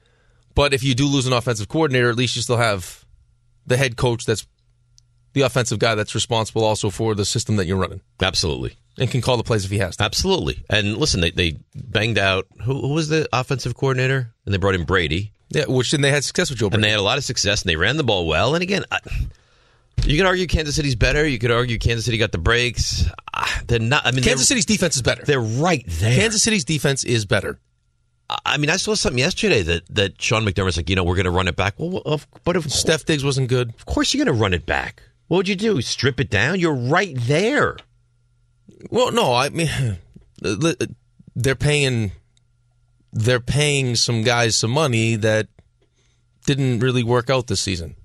S7: But if you do lose an offensive coordinator, at least you still have the head coach that's the offensive guy that's responsible also for the system that you're running.
S4: Absolutely.
S7: And can call the plays if he has to.
S4: Absolutely. And listen, they, they banged out who, who was the offensive coordinator, and they brought in Brady.
S7: Yeah, which then they had success with Joe. Brady.
S4: And they had a lot of success, and they ran the ball well. And again, I, you could argue Kansas City's better. You could argue Kansas City got the breaks. Ah, They're not. I mean,
S7: Kansas
S4: they're-
S7: City's defense is better.
S4: They're right there.
S7: Kansas City's defense is better.
S4: I- I mean, I saw something yesterday that that Sean McDermott's like, you know, we're going to run it back. Well, of, but of
S7: Steph Diggs wasn't good.
S4: Of course, you're going to run it back. What would you do? Strip it down? You're right there.
S7: Well, no, I mean, they're paying, they're paying some guys some money that didn't really work out this season.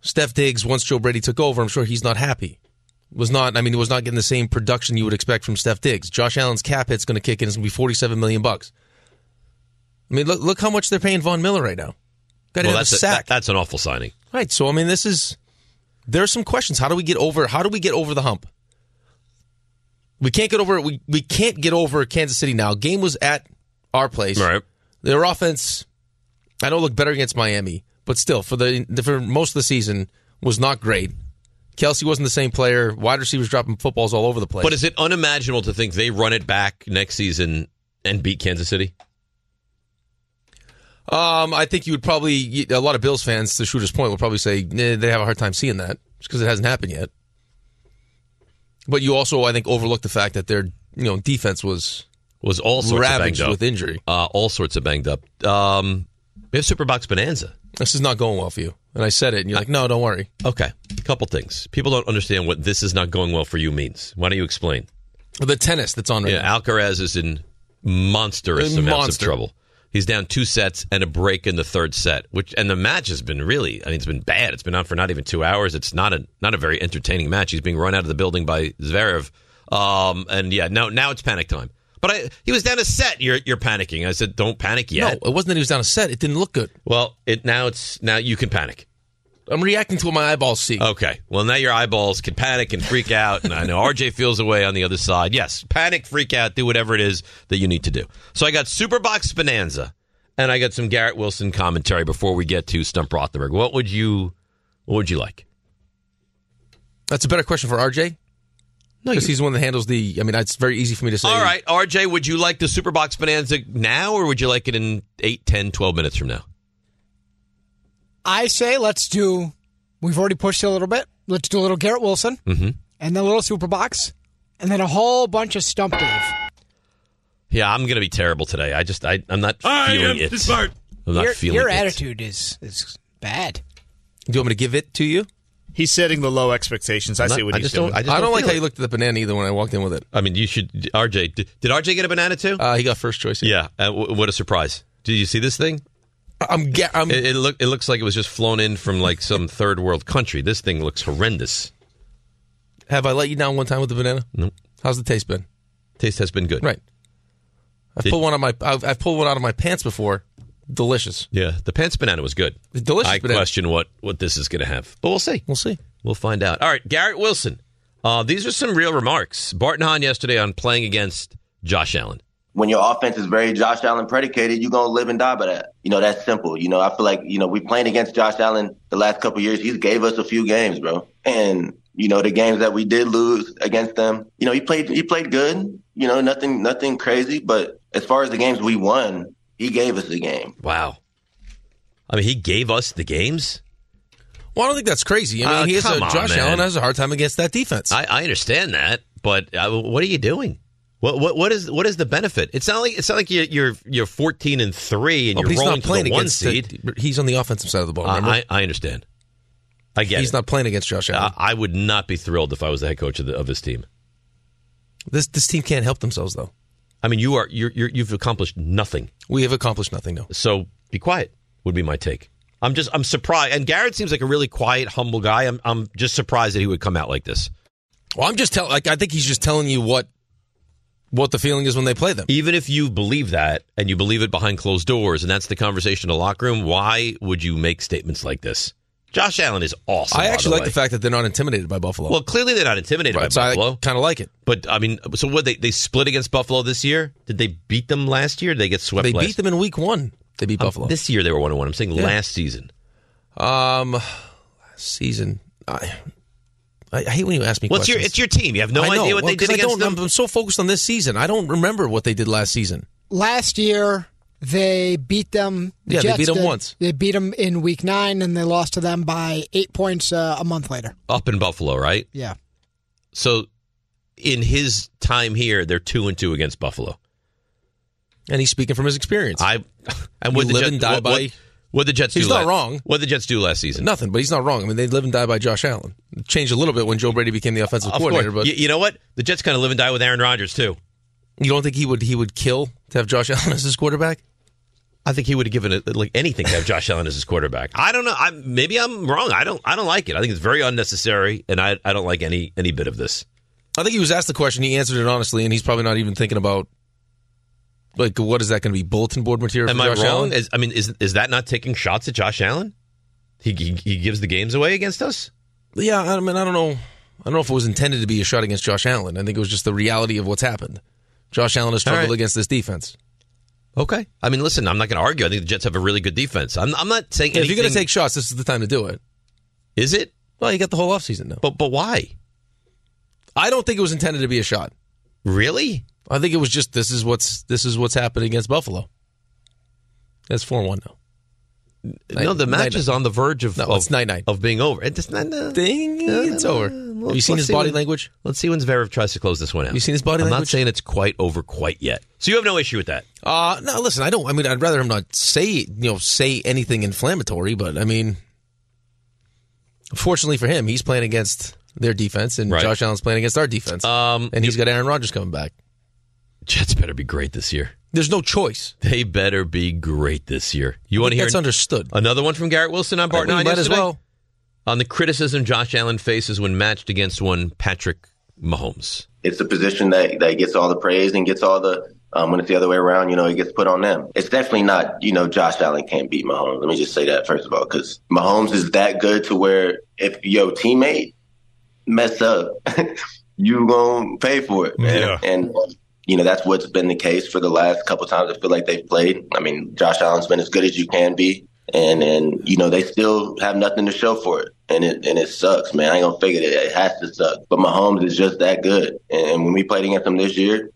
S7: Steph Diggs, once Joe Brady took over, I'm sure he's not happy. Was not, I mean, was not getting the same production you would expect from Steph Diggs. Josh Allen's cap hit's going to kick in; it's going to be 47 million bucks. I mean, look, look how much they're paying Von Miller right now. Got to
S4: well,
S7: have a
S4: that's, a-
S7: sack.
S4: that- that's an awful signing.
S7: Right. So I mean, this is there are some questions. How do we get over? How do we get over the hump? We can't get over. We we can't get over Kansas City now. Game was at our place. Right. Their offense, I know, looked better against Miami, but still, for the for most of the season, was not great. Kelsey wasn't the same player. Wide receivers dropping footballs all over the place.
S4: But is it unimaginable to think they run it back next season and beat Kansas City?
S7: Um, I think you would probably a lot of Bills fans, to Shooter's point, would probably say eh, they have a hard time seeing that because it hasn't happened yet. But you also, I think, overlook the fact that their you know defense was
S4: was all sorts of
S7: ravaged
S4: banged up.
S7: with injury.
S4: Uh, all sorts of banged up. Um, we have Superbox Bonanza.
S7: This is not going well for you. And I said it, and you're like, no, don't worry.
S4: Okay. A couple things. People don't understand what this is not going well for you means. Why don't you explain?
S7: The tennis that's on right
S4: yeah, Alcaraz is in monstrous
S7: A
S4: amounts
S7: monster.
S4: of trouble. He's down two sets and a break in the third set, which and the match has been really, I mean, it's been bad. It's been on for not even two hours. It's not a not a very entertaining match. He's being run out of the building by Zverev, um, and yeah, now now it's panic time. But I, he was down a set. You're you're panicking. I said, don't panic
S7: now.
S4: yet.
S7: No, it wasn't that he was down a set. It didn't look good.
S4: Well, it now it's now you can panic.
S7: I'm reacting to what my eyeballs see.
S4: Okay. Well, now your eyeballs can panic and freak out. And I know RJ feels away on the other side. Yes, panic, freak out, do whatever it is that you need to do. So I got Superbox Bonanza and I got some Garrett Wilson commentary before we get to Stump Rothenberg. What would you what would you like?
S7: That's a better question for RJ.
S4: No,
S7: because
S4: you-
S7: he's the one that handles the. I mean, it's very easy for me to say.
S4: All right, RJ, would you like the Superbox Bonanza now or would you like it in 8, 10, 12 minutes from now?
S9: I say let's do. We've already pushed it a little bit. Let's do a little Garrett Wilson
S4: Mm-hmm.
S9: and then a little Super Box and then a whole bunch of Stump Dave.
S4: Yeah, I'm going to be terrible today. I just I I'm not
S9: I am
S4: feeling it.
S9: smart.
S4: I'm not
S9: your
S4: feeling
S9: your
S4: it.
S9: attitude is is bad.
S7: Do you want me to give it to you?
S8: He's setting the low expectations. I see what
S4: I
S8: he's
S4: just
S8: doing.
S4: don't- I just don't
S7: like
S4: feel
S7: how you looked at the banana either when I walked in with it.
S4: I mean, you should. RJ, did, did RJ get a banana too?
S7: Uh, he got first choice.
S4: Yeah. Uh, w- what a surprise! Did you see this thing?
S7: I'm. Ga- I'm
S4: It, it look. It looks like it was just flown in from like some third world country. This thing looks horrendous.
S7: Have I let you down one time with the banana?
S4: Nope.
S7: How's the taste been?
S4: Taste has been good.
S7: Right. I've
S4: Did-
S7: pulled one on my. I've, I've pulled one out of my pants before. Delicious.
S4: Yeah, the pants banana was good.
S7: The delicious
S4: I
S7: banana.
S4: question what what this is going to have, but we'll see.
S7: We'll see.
S4: We'll find out. All right, Garrett Wilson. Uh, these are some real remarks. Barton Hahn yesterday on playing against Josh Allen.
S19: when your offense is very Josh Allen predicated, you're gonna live and die by that. You know, that's simple. You know, I feel like you know we playing against Josh Allen the last couple years. He's gave us a few games, bro, and you know the games that we did lose against them. You know, he played he played good. You know, nothing nothing crazy, but as far as the games we won, he gave us the game.
S4: Wow. I mean, he gave us the games.
S7: Well, I don't think that's crazy. I mean,
S4: Uh,
S7: he has a,
S4: come on,
S7: Josh
S4: man.
S7: Allen has a hard time against that defense.
S4: I, I understand that, but uh, what are you doing? What, what what is what is the benefit? It's not like it's not like you're you're, you're fourteen and three and
S7: Well, Oh, but
S4: you're
S7: he's
S4: rolling
S7: not playing
S4: to the one
S7: against the-
S4: seed.
S7: he's on the offensive side of the ball.
S4: I,
S7: Remember?
S4: I, I understand. I get
S7: he's
S4: it.
S7: not playing against Josh Allen.
S4: I, I would not be thrilled if I was the head coach of, the, of his team.
S7: this this team can't help themselves though.
S4: I mean, you are you're, you're you've accomplished nothing.
S7: We have accomplished nothing. No.
S4: So be quiet would be my take. I'm just I'm surprised. And Garrett seems like a really quiet, humble guy. I'm I'm just surprised that he would come out like this.
S7: Well, I'm just telling. Like, I think he's just telling you what what the feeling is when they play them.
S4: Even if you believe that and you believe it behind closed doors, and that's the conversation in the locker room, why would you make statements like this? Josh Allen is awesome.
S7: I
S4: by
S7: actually like
S4: way.
S7: the fact that they're not intimidated by Buffalo.
S4: Well, clearly they're not intimidated
S7: Right, so
S4: by
S7: I
S4: Buffalo.
S7: kind of like it.
S4: But I mean, so what they they split against Buffalo this year? Did they beat them last year? Or did they get swept?
S7: they
S4: last
S7: beat them in week one. They beat
S4: Um,
S7: Buffalo.
S4: this year they were one one. I'm saying
S7: Yeah.
S4: last season.
S7: Um, last season. I, I I hate when you ask me.
S4: Well, it's your-
S7: questions.
S4: it's your team. You have no
S7: I know.
S4: idea what
S7: Well,
S4: they did
S7: 'cause I
S4: against
S7: don't-
S4: them.
S7: I'm, I'm so focused on this season. I don't remember what they did last season.
S9: Last year they beat them. the
S7: Yeah, they
S9: Jets
S7: beat 'em
S9: did.
S7: once.
S9: They beat them in week nine, and they lost to them by eight points uh, a month later.
S4: up in Buffalo, right?
S9: Yeah.
S4: So in his time here, they're two and two against Buffalo.
S7: And he's speaking from his experience.
S4: I and what
S7: You
S4: the
S7: live
S4: Jets-
S7: and die
S4: what,
S7: by
S4: what- What the Jets
S7: He's
S4: do?
S7: not
S4: la-
S7: wrong.
S4: What the Jets do last season?
S7: Nothing, but he's not wrong. I mean, they live and die by Josh Allen. It changed a little bit when Joe Brady became the offensive
S4: Of course.
S7: coordinator,
S4: You, you know what? The Jets kind of live and die with Aaron Rodgers too.
S7: but you don't think he would he would kill to have Josh Allen as his quarterback?
S4: I think he would have given it like anything to have Josh Allen as his quarterback. I don't know. I, maybe I'm wrong. I don't. I don't like it. I think it's very unnecessary, and I, I don't like any any bit of this.
S7: I think he was asked the question. He answered it honestly, and he's probably not even thinking about like what is that going to be bulletin board material.
S4: Am
S7: for
S4: I
S7: Josh
S4: wrong?
S7: Allen?
S4: Is, I mean, is is that not taking shots at Josh Allen? He, he he gives the games away against us.
S7: Yeah, I mean, I don't know. I don't know if it was intended to be a shot against Josh Allen. I think it was just the reality of what's happened. Josh Allen has
S4: All right.
S7: struggled against this defense.
S4: Okay. I mean, listen, I'm not going to argue. I think the Jets have a really good defense. I'm I'm not saying
S7: Yeah, if you're going to
S4: anything-
S7: take shots, this is the time to do it.
S4: Is it?
S7: Well, you got the whole offseason now.
S4: But but why?
S7: I don't think it was intended to be a shot.
S4: Really?
S7: I think it was just this is what's this is what's happened against Buffalo. That's four one now.
S4: no, the match
S7: night-
S4: is on the verge of of,
S7: it's night night
S4: of being over. It's not
S7: ding. It's over. Have you seen his body language?
S4: Let's see when Zverev tries to close this one out.
S7: You seen his body
S4: I'm not
S7: language?
S4: saying it's quite over quite yet. So you have no issue with that.
S7: Uh no, listen, I don't I mean I'd rather him not say you know, say anything inflammatory, but I mean fortunately for him, he's playing against their defense and
S4: Right.
S7: Josh Allen's playing against our defense.
S4: Um,
S7: and he's got Aaron Rodgers coming back.
S4: Jets better be great this year.
S7: There's no choice.
S4: They better be great this year. You
S7: I
S4: want to
S7: think
S4: hear
S7: that's understood.
S4: Another one from Garrett Wilson on Bart
S7: We
S4: Nine
S7: might as
S4: yesterday?
S7: well.
S4: on the criticism Josh Allen faces when matched against one Patrick Mahomes.
S19: It's the position that, that gets all the praise and gets all the, um, when it's the other way around, you know, it gets put on them. It's definitely not, you know, Josh Allen can't beat Mahomes. Let me just say that first of all, because Mahomes is that good to where if your teammate mess up, you going to pay for it. Man.
S20: Yeah.
S19: And, you know, that's what's been the case for the last couple times I feel like they've played. I mean, Josh Allen's been as good as you can be. And, and you know, they still have nothing to show for it. And it, and it sucks, man. I ain't going to figure it. It has to suck. But Mahomes is just that good. And, and when we played against him this year,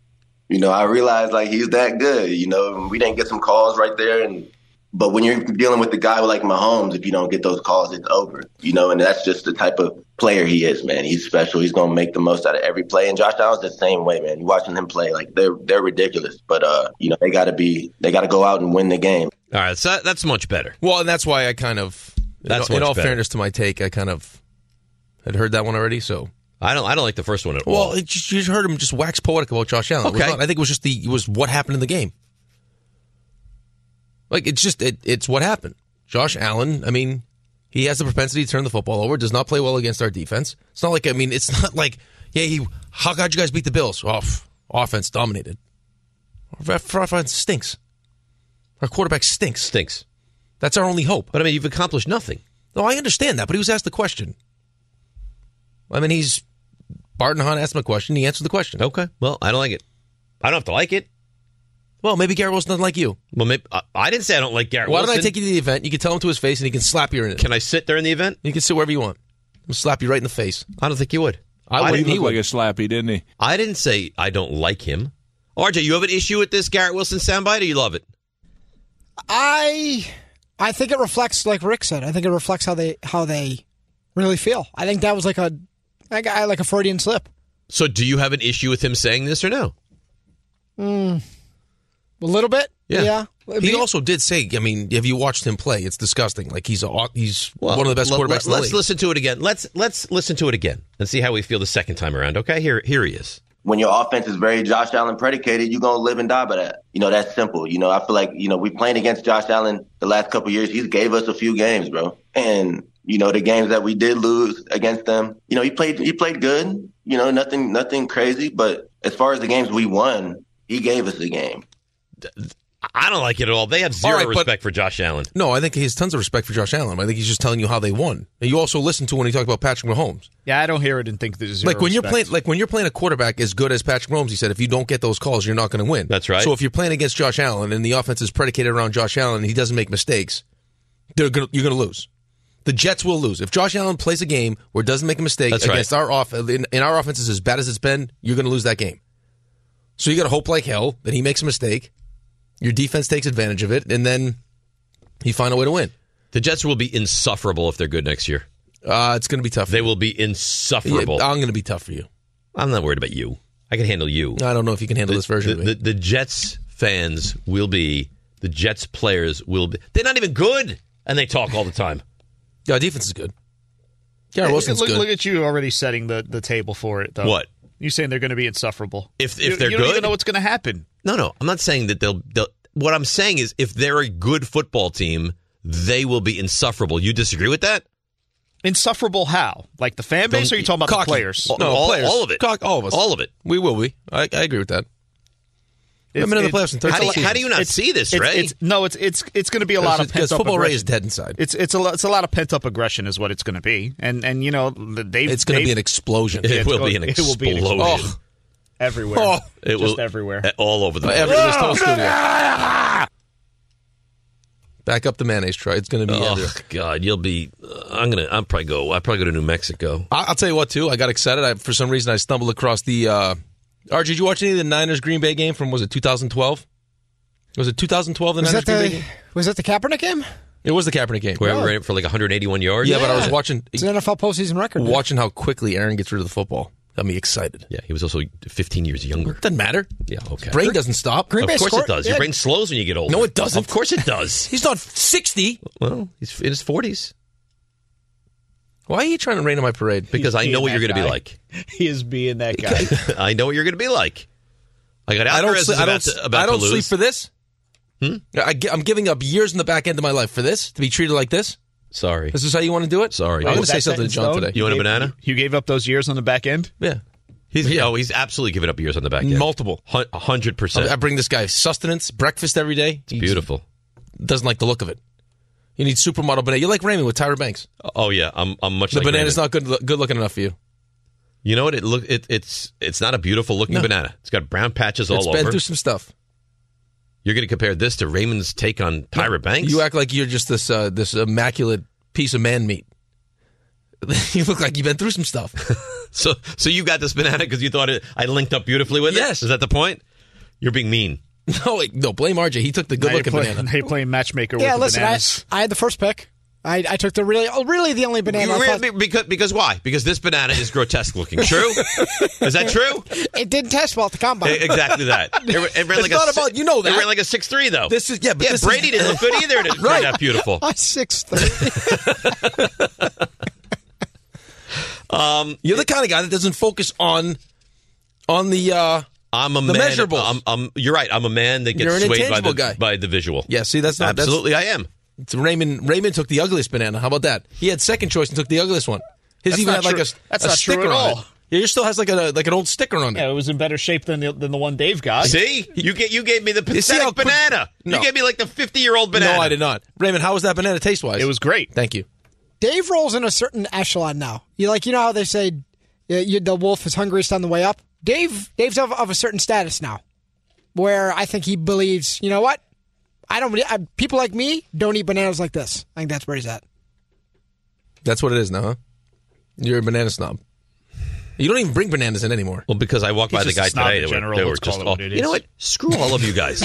S19: you know, I realized like he's that good. You know, and we didn't get some calls right there, and but when you're dealing with a guy like Mahomes, if you don't get those calls, it's over. You know, and that's just the type of player he is, man. He's special. He's gonna make the most out of every play. And Josh Allen's the same way, man. You watching him play, like they're they're ridiculous. But uh, you know, they gotta be they gotta go out and win the game.
S4: All right, so that's much better.
S7: Well, and that's why I kind of
S4: That's
S7: in, in
S4: much
S7: all
S4: better.
S7: fairness to my take, I kind of had heard that one already, so
S4: I don't I don't like the first one at all.
S7: well, it just, you just heard him just wax poetic about Josh Allen. It was
S4: Okay.
S7: not- I think it was just the it was what happened in the game. Like it's just it, it's what happened. Josh Allen, I mean, he has the propensity to turn the football over. Does not play well against our defense. It's not like I mean, it's not like yeah, he. How God, you guys beat the Bills? Oh, pff, offense dominated. Our f- our offense stinks. Our quarterback stinks.
S4: Stinks.
S7: That's our only hope.
S4: But I mean, you've accomplished nothing.
S7: No, I understand that, but he was asked the question. I mean, he's Barton Hahn asked him a question. He answered the question.
S4: Okay. Well, I don't like it. I don't have to like it.
S7: Well, maybe Garrett Wilson doesn't like you.
S4: Well, maybe I, I didn't say I don't like Garrett.
S7: Why
S4: Wilson.
S7: don't I take you to the event? You can tell him to his face, and he can slap you in it.
S4: Can I sit there in the event?
S7: You can sit wherever you want. I'll slap you right in the face.
S4: I don't think you would.
S7: I wouldn't.
S4: He
S7: He
S4: looked
S7: would.
S4: like
S17: slappy, didn't he?
S4: I didn't say I don't like him. RJ, you have an issue with this Garrett Wilson soundbite, or you love it?
S9: I I think it reflects, like Rick said, I think it reflects how they how they really feel. I think that was like a like, I- like a Freudian slip.
S4: So, do you have an issue with him saying this or no?
S9: Mm, a little bit. Yeah.
S7: He also did say, I mean, have you watched him play? It's disgusting. Like he's a, he's one of the best
S4: Let-
S7: quarterbacks. in the
S4: Let, us
S7: league.
S4: listen to it again. Let's let's listen to it again and see how we feel the second time around. Okay, here here he is.
S19: when your offense is very Josh Allen predicated, you're gonna live and die by that. You know, that's simple. You know, I feel like, you know, we playing against Josh Allen the last couple years, he's gave us a few games, bro. And, you know, the games that we did lose against them, you know, he played he played good, you know, nothing nothing crazy, but as far as the games we won, he gave us the game.
S4: I don't like it at all. They have zero
S7: right, but-
S4: respect for Josh Allen.
S7: No, I think he has tons of respect for Josh Allen. I think he's just telling you how they won. And you also listen to when he talked about Patrick Mahomes.
S8: Yeah, I don't hear it and think there's zero
S7: Like when you're
S8: respect.
S7: playing, like when you're playing a quarterback as good as Patrick Mahomes, he said, if you don't get those calls, you're not going to win. That's
S4: right.
S7: So if you're playing against Josh Allen and the offense is predicated around Josh Allen, and he doesn't make mistakes, they're gonna, you're going to lose. The Jets will lose if Josh Allen plays a game where he doesn't make a mistake
S4: That's right.
S7: against our off in, and our offense is as bad as it's been. You're going to lose that game. So you got to hope like hell that he makes a mistake. Your defense takes advantage of it, and then you find a way to win.
S4: The Jets will be insufferable if they're good next year.
S7: Uh, it's going to be tough.
S4: They will be insufferable.
S7: I'm going to be tough for you.
S4: I'm not worried about you. I can handle you.
S7: I don't know if you can handle this version
S4: The,
S7: of me.
S4: the, the Jets fans will be. The Jets players will be. They're not even good. and they talk all the time.
S7: Yeah, defense is good.
S8: Hey, look, Look at you already setting the, the table for it, though.
S4: What?
S8: You're saying they're going to be insufferable.
S4: If if
S8: You-
S4: they're
S8: you
S4: good,
S8: don't even know what's going to happen.
S4: No, no, I'm not saying that they'll, they'll. What I'm saying is, if they're a good football team, they will be insufferable. You disagree with that?
S8: Insufferable? How? Like the fan base? or are you talking about the players?
S4: No, all, all of it.
S7: Cock- all of us.
S4: All of it.
S7: We will be. I, I agree with that.
S8: It's-
S7: I've been in the
S8: it's-
S7: playoffs in 13
S8: it's a lot- it's-
S7: seasons.
S8: it's- it's- no, it's it's it's going to be a
S7: Because
S8: lot of pent
S7: it's- because
S8: up.
S7: football
S8: aggression.
S7: raised dead inside.
S8: It's it's a lot, it's a lot of pent up aggression is what it's going to be, and and you know they
S7: It's gonna be an explosion. It will be an
S8: It will be an
S7: explosion.
S8: explosion.
S7: Oh.
S8: Everywhere,
S7: Oh.
S8: it
S7: It
S8: just
S7: will-
S8: everywhere,
S4: Eh, all over the
S7: Uh, every- this whole studio. Back up the mayonnaise tray. It's going to be.
S4: Oh
S7: everywhere.
S4: God, you'll be. Uh, I'm gonna. I'm probably go. I probably go to New Mexico.
S8: Oh,
S7: I- I'll tell you what, too. I got excited. I, for some reason, I stumbled across the. Uh, Arch, did you watch any of the Niners Green Bay game from was it 2012? Was it 2012? The
S9: Was
S7: Niners
S9: that
S7: Green Bay
S9: the
S7: game.
S9: was that the Kaepernick game?
S7: It was the Kaepernick game.
S4: Where we ran for like 181 yards.
S7: Yeah, but I was watching
S9: It's an NFL postseason record.
S7: watching how quickly Aaron gets rid of the football. Got me excited.
S4: Yeah, he was also 15 years younger.
S7: Doesn't matter.
S4: Yeah, okay.
S7: Brain doesn't stop.
S4: of course it does. Your brain slows when you get older.
S7: No, it doesn't.
S4: Of course it does.
S7: He's not 60.
S4: Well, he's in his 40s.
S7: Why are you trying to rain on my parade?
S4: Because I
S8: Being
S4: know what
S8: that
S4: you're going to be
S8: guy.
S4: like.
S8: He is being that guy.
S4: I know what you're going to be like. I got
S7: I don't.
S4: Alvarez
S7: Sleep,
S4: is
S7: I
S4: about
S7: don't,
S4: to,
S7: I
S4: about to
S7: don't sleep
S4: lose. Hmm?
S7: for this. I, am giving up years in the back end of my life for this to be treated like this.
S4: Sorry,
S7: This is how you want to do it.
S4: sorry.
S7: I'm going to say something to John today.
S4: You want a banana?
S8: You gave up those years on the back end.
S7: Yeah,
S4: He's yeah. he's absolutely given up years on the back end.
S7: Multiple.
S4: hundred
S7: I
S4: percent.
S7: bring this guy sustenance, breakfast every day. It's
S4: Beautiful.
S7: Doesn't like the look of it. You need supermodel banana. You're like Raymond with Tyra Banks.
S4: Oh yeah, I'm I'm much.
S7: The
S4: like
S7: banana's
S4: Raymond.
S7: not good good looking enough for you.
S4: You know what? It look it, it's it's not a beautiful looking
S7: No.
S4: banana. It's got brown patches all
S7: it's been
S4: over.
S7: through some stuff.
S4: You're going to compare this to Raymond's take on Tyra Banks?
S7: You act like you're just this uh, this immaculate piece of man meat. you look like you've been through some stuff.
S4: so so you got this banana because you thought it, I linked up beautifully with it. Is that the point? You're being mean.
S7: no, wait, no, blame RJ. He took the
S8: Now
S7: good
S8: you're
S7: looking
S8: playing,
S7: banana.
S8: now you're playing matchmaker with
S9: yeah,
S8: the
S9: listen, I,
S8: bananas.
S9: I had the first pick. I, I took the really, oh, really the only banana. I
S4: You
S9: thought-
S4: really- because because why? Because this banana is grotesque looking. True? is that true?
S9: it didn't test well at the combine.
S4: E- Exactly that. It, it ran
S7: It's
S4: like
S7: not
S4: a, si-
S7: about- you know
S4: It
S7: that.
S4: ran like a six three though.
S7: This is yeah, but
S4: yeah.
S7: this
S4: Brady
S7: is,
S4: didn't look good either. To right. out beautiful.
S9: I sixth.
S4: Um,
S7: You're the kind of guy that doesn't focus on on the. Uh,
S4: I'm a
S7: The
S4: man.
S7: measurables.
S4: I'm, I'm- you're right. I'm a man that
S7: You're
S4: gets
S7: an
S4: swayed by
S7: intangible
S4: the
S7: guy.
S4: by the visual.
S7: yeah, see, that's not that's-
S4: absolutely. I am.
S7: It's Raymond Raymond took the ugliest banana. How about that? He had second choice and took the ugliest one. His
S8: That's
S7: even
S8: not
S7: had like
S8: true.
S7: a,
S8: That's
S7: a
S8: not true
S7: sticker
S8: at
S7: on
S8: all.
S7: it. It still has like a like an old sticker on it.
S8: Yeah, it was in better shape than the, than the one Dave got.
S4: See, you get you gave me the
S7: You see how
S4: pathetic
S7: quick-
S4: banana.
S7: No.
S4: You gave me like the 50 year old banana.
S7: No, I did not. Raymond, how was that banana taste wise?
S8: It was great.
S7: Thank you.
S9: Dave rolls in a certain echelon now. You like you know how they say uh, you, the wolf is hungriest on the way up. Dave Dave's of, of a certain status now, where I think he believes. You know what? I don't. I, people like me don't eat bananas like this. I think that's where he's at.
S7: That's what it is now, huh? You're a banana snob. You don't even bring bananas in anymore.
S4: Well, because I walked by the
S8: just
S4: guy
S8: a snob
S4: today.
S8: in
S4: They were,
S8: general.
S4: they were
S8: Let's call
S4: just
S8: it
S4: all.
S8: what it
S4: You know
S8: is.
S4: what? Screw all of you guys.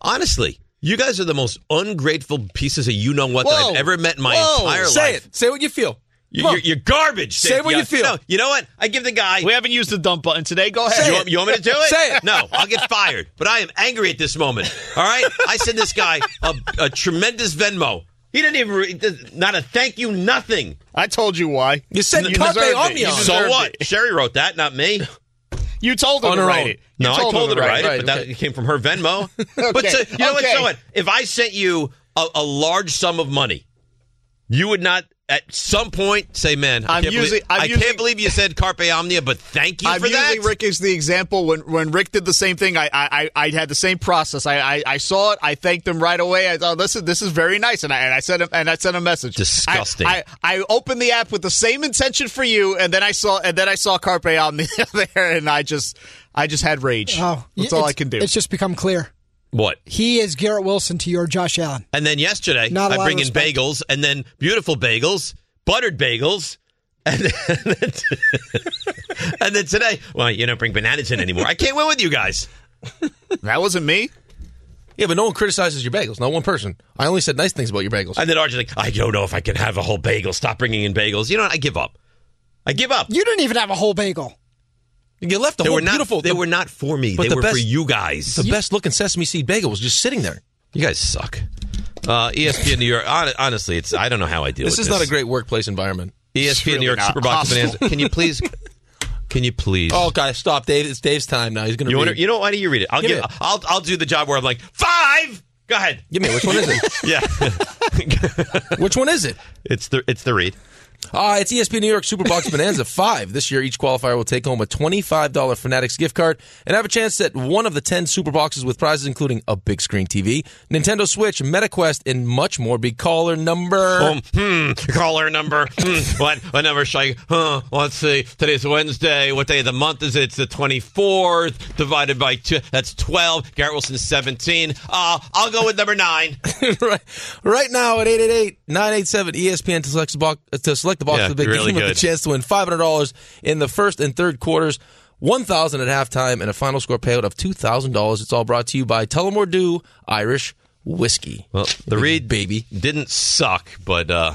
S4: Honestly, you guys are the most ungrateful pieces of you know what that
S7: Whoa.
S4: I've ever met in my
S7: Whoa.
S4: entire
S7: Say
S4: life.
S7: it. Say what you feel.
S4: You-
S7: Come
S4: You're,
S7: on.
S4: you're garbage.
S7: Say what you feel.
S4: No, you know what? I give the guy.
S8: We haven't used the dump button today. Go
S4: you,
S8: ahead.
S4: want, you want me to do it?
S7: Say it.
S4: No, I'll get fired. But I am angry at this moment. All right, I sent this guy a, a tremendous Venmo. He didn't even re- not a thank you, nothing.
S8: I told you why.
S7: You said
S8: You
S7: carpe
S8: deserved it.
S7: omnia.
S8: You
S4: So
S8: deserved
S4: what?
S8: it.
S4: Sherry wrote that, not me.
S8: You told her
S7: On
S8: to
S7: her
S8: write
S7: own.
S8: it. You
S4: No, I told her to write it,
S7: right,
S4: but that
S7: okay.
S4: came from her Venmo. But so, you know what?
S8: okay.
S4: So what? If I sent you a, a large sum of money, you would not at some point say, "Man, I
S8: I'm
S4: can't,
S8: using-
S4: believe,
S8: I'm
S4: I
S8: using-
S4: can't believe you said carpe omnia," but thank you
S8: I'm
S4: for that.
S8: using Rick as the example. When when Rick did the same thing, I I, I I had the same process. I, I I saw it. I thanked him right away. I thought this is this is very nice, and I and I sent him and I sent a message.
S4: Disgusting.
S8: I, I, I opened the app with the same intention for you, and then I saw and then I saw Carpe on the there, and I just I just had rage.
S9: Oh,
S8: that's
S9: yeah,
S8: all I
S9: it's-
S8: can do.
S9: It's just become clear.
S4: what?
S9: He is Garrett Wilson to your Josh Allen.
S4: And then yesterday,
S9: Not a lot
S4: I
S9: of
S4: bring in
S9: respect.
S4: bagels, and then beautiful bagels, buttered bagels, and then, and then today, well, you don't bring bananas in anymore. I can't win with you guys.
S8: that wasn't me.
S7: Yeah, but no one criticizes your bagels. Not one person. I only said nice things about your bagels.
S4: And then Arjun's like, I don't know if I can have a whole bagel. Stop bringing in bagels. You know, what? I give up. I give up.
S9: You didn't even have a whole bagel.
S7: you left the
S4: they
S7: whole
S4: were not.
S7: beautiful.
S4: they
S7: the,
S4: were not for me.
S7: but
S4: They
S7: the
S4: were for
S7: best-
S4: you guys.
S7: the best looking sesame seed bagel was just sitting there.
S4: you guys suck. Uh, ESPN New York. hon- Honestly, it's I don't know how I deal.
S7: This
S4: with
S7: is
S4: this E
S7: not a great workplace environment.
S4: ESPN New York Superbox Bonanza. Can you please? Can you please?
S7: Oh, God, stop, Dave. It's Dave's time now. He's going to.
S4: You want you know why do you read it? I'll
S7: Give
S4: give,
S7: me it.
S4: I'll I'll do the job where I'm like five. Go ahead.
S7: Give me it. Which one is it?
S4: yeah.
S7: Which one is it?
S4: It's the it's the read.
S7: Uh, it's ESPN New York Superbox Bonanza 5. This year, each qualifier will take home a $25 Fanatics gift card and have a chance at one of the 10 super boxes with prizes including a big screen TV, Nintendo Switch, MetaQuest, and much more. Be caller number...
S4: Um, hmm, caller number. Hmm, what what number should I? Huh, let's see. Today's Wednesday. What day of the month is it? It's the twenty fourth divided by two. That's twelve. Garrett Wilson seventeen. Uh, I'll go with number nine.
S7: right, right now at 888-987-ESPN to select the box, to select the box
S4: Yeah,
S7: of the big
S4: you're really
S7: game with
S4: good.
S7: a chance to win $500 in the first and third quarters, 1000 at halftime, and a final score payout of $2,000. It's all brought to you by Tullamore Dew Irish Whiskey.
S4: Well, the read
S7: baby
S4: didn't suck, but uh,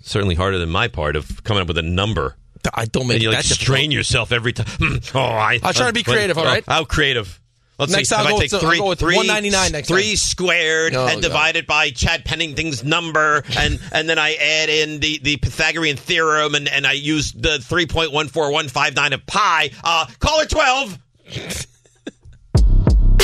S4: certainly harder than my part of coming up with a number.
S7: I don't make
S4: and you
S7: it
S4: like
S7: that difficult.
S4: strain yourself every time. Hmm, oh, I.
S7: I'll try to be
S4: when-
S7: creative, all right?
S4: Oh, how creative. Let's
S7: Next
S4: see.
S7: time
S4: if
S7: I'll
S4: I
S7: go
S4: take
S7: with- I'll
S4: three,
S7: go with
S4: three,
S7: 199 next
S4: three
S7: time.
S4: squared
S7: Oh,
S4: and
S7: God.
S4: divided by Chad Pennington's number, and and then I add in the, the Pythagorean theorem, and, and I use the three point one four one five nine of pi. Uh, caller twelve.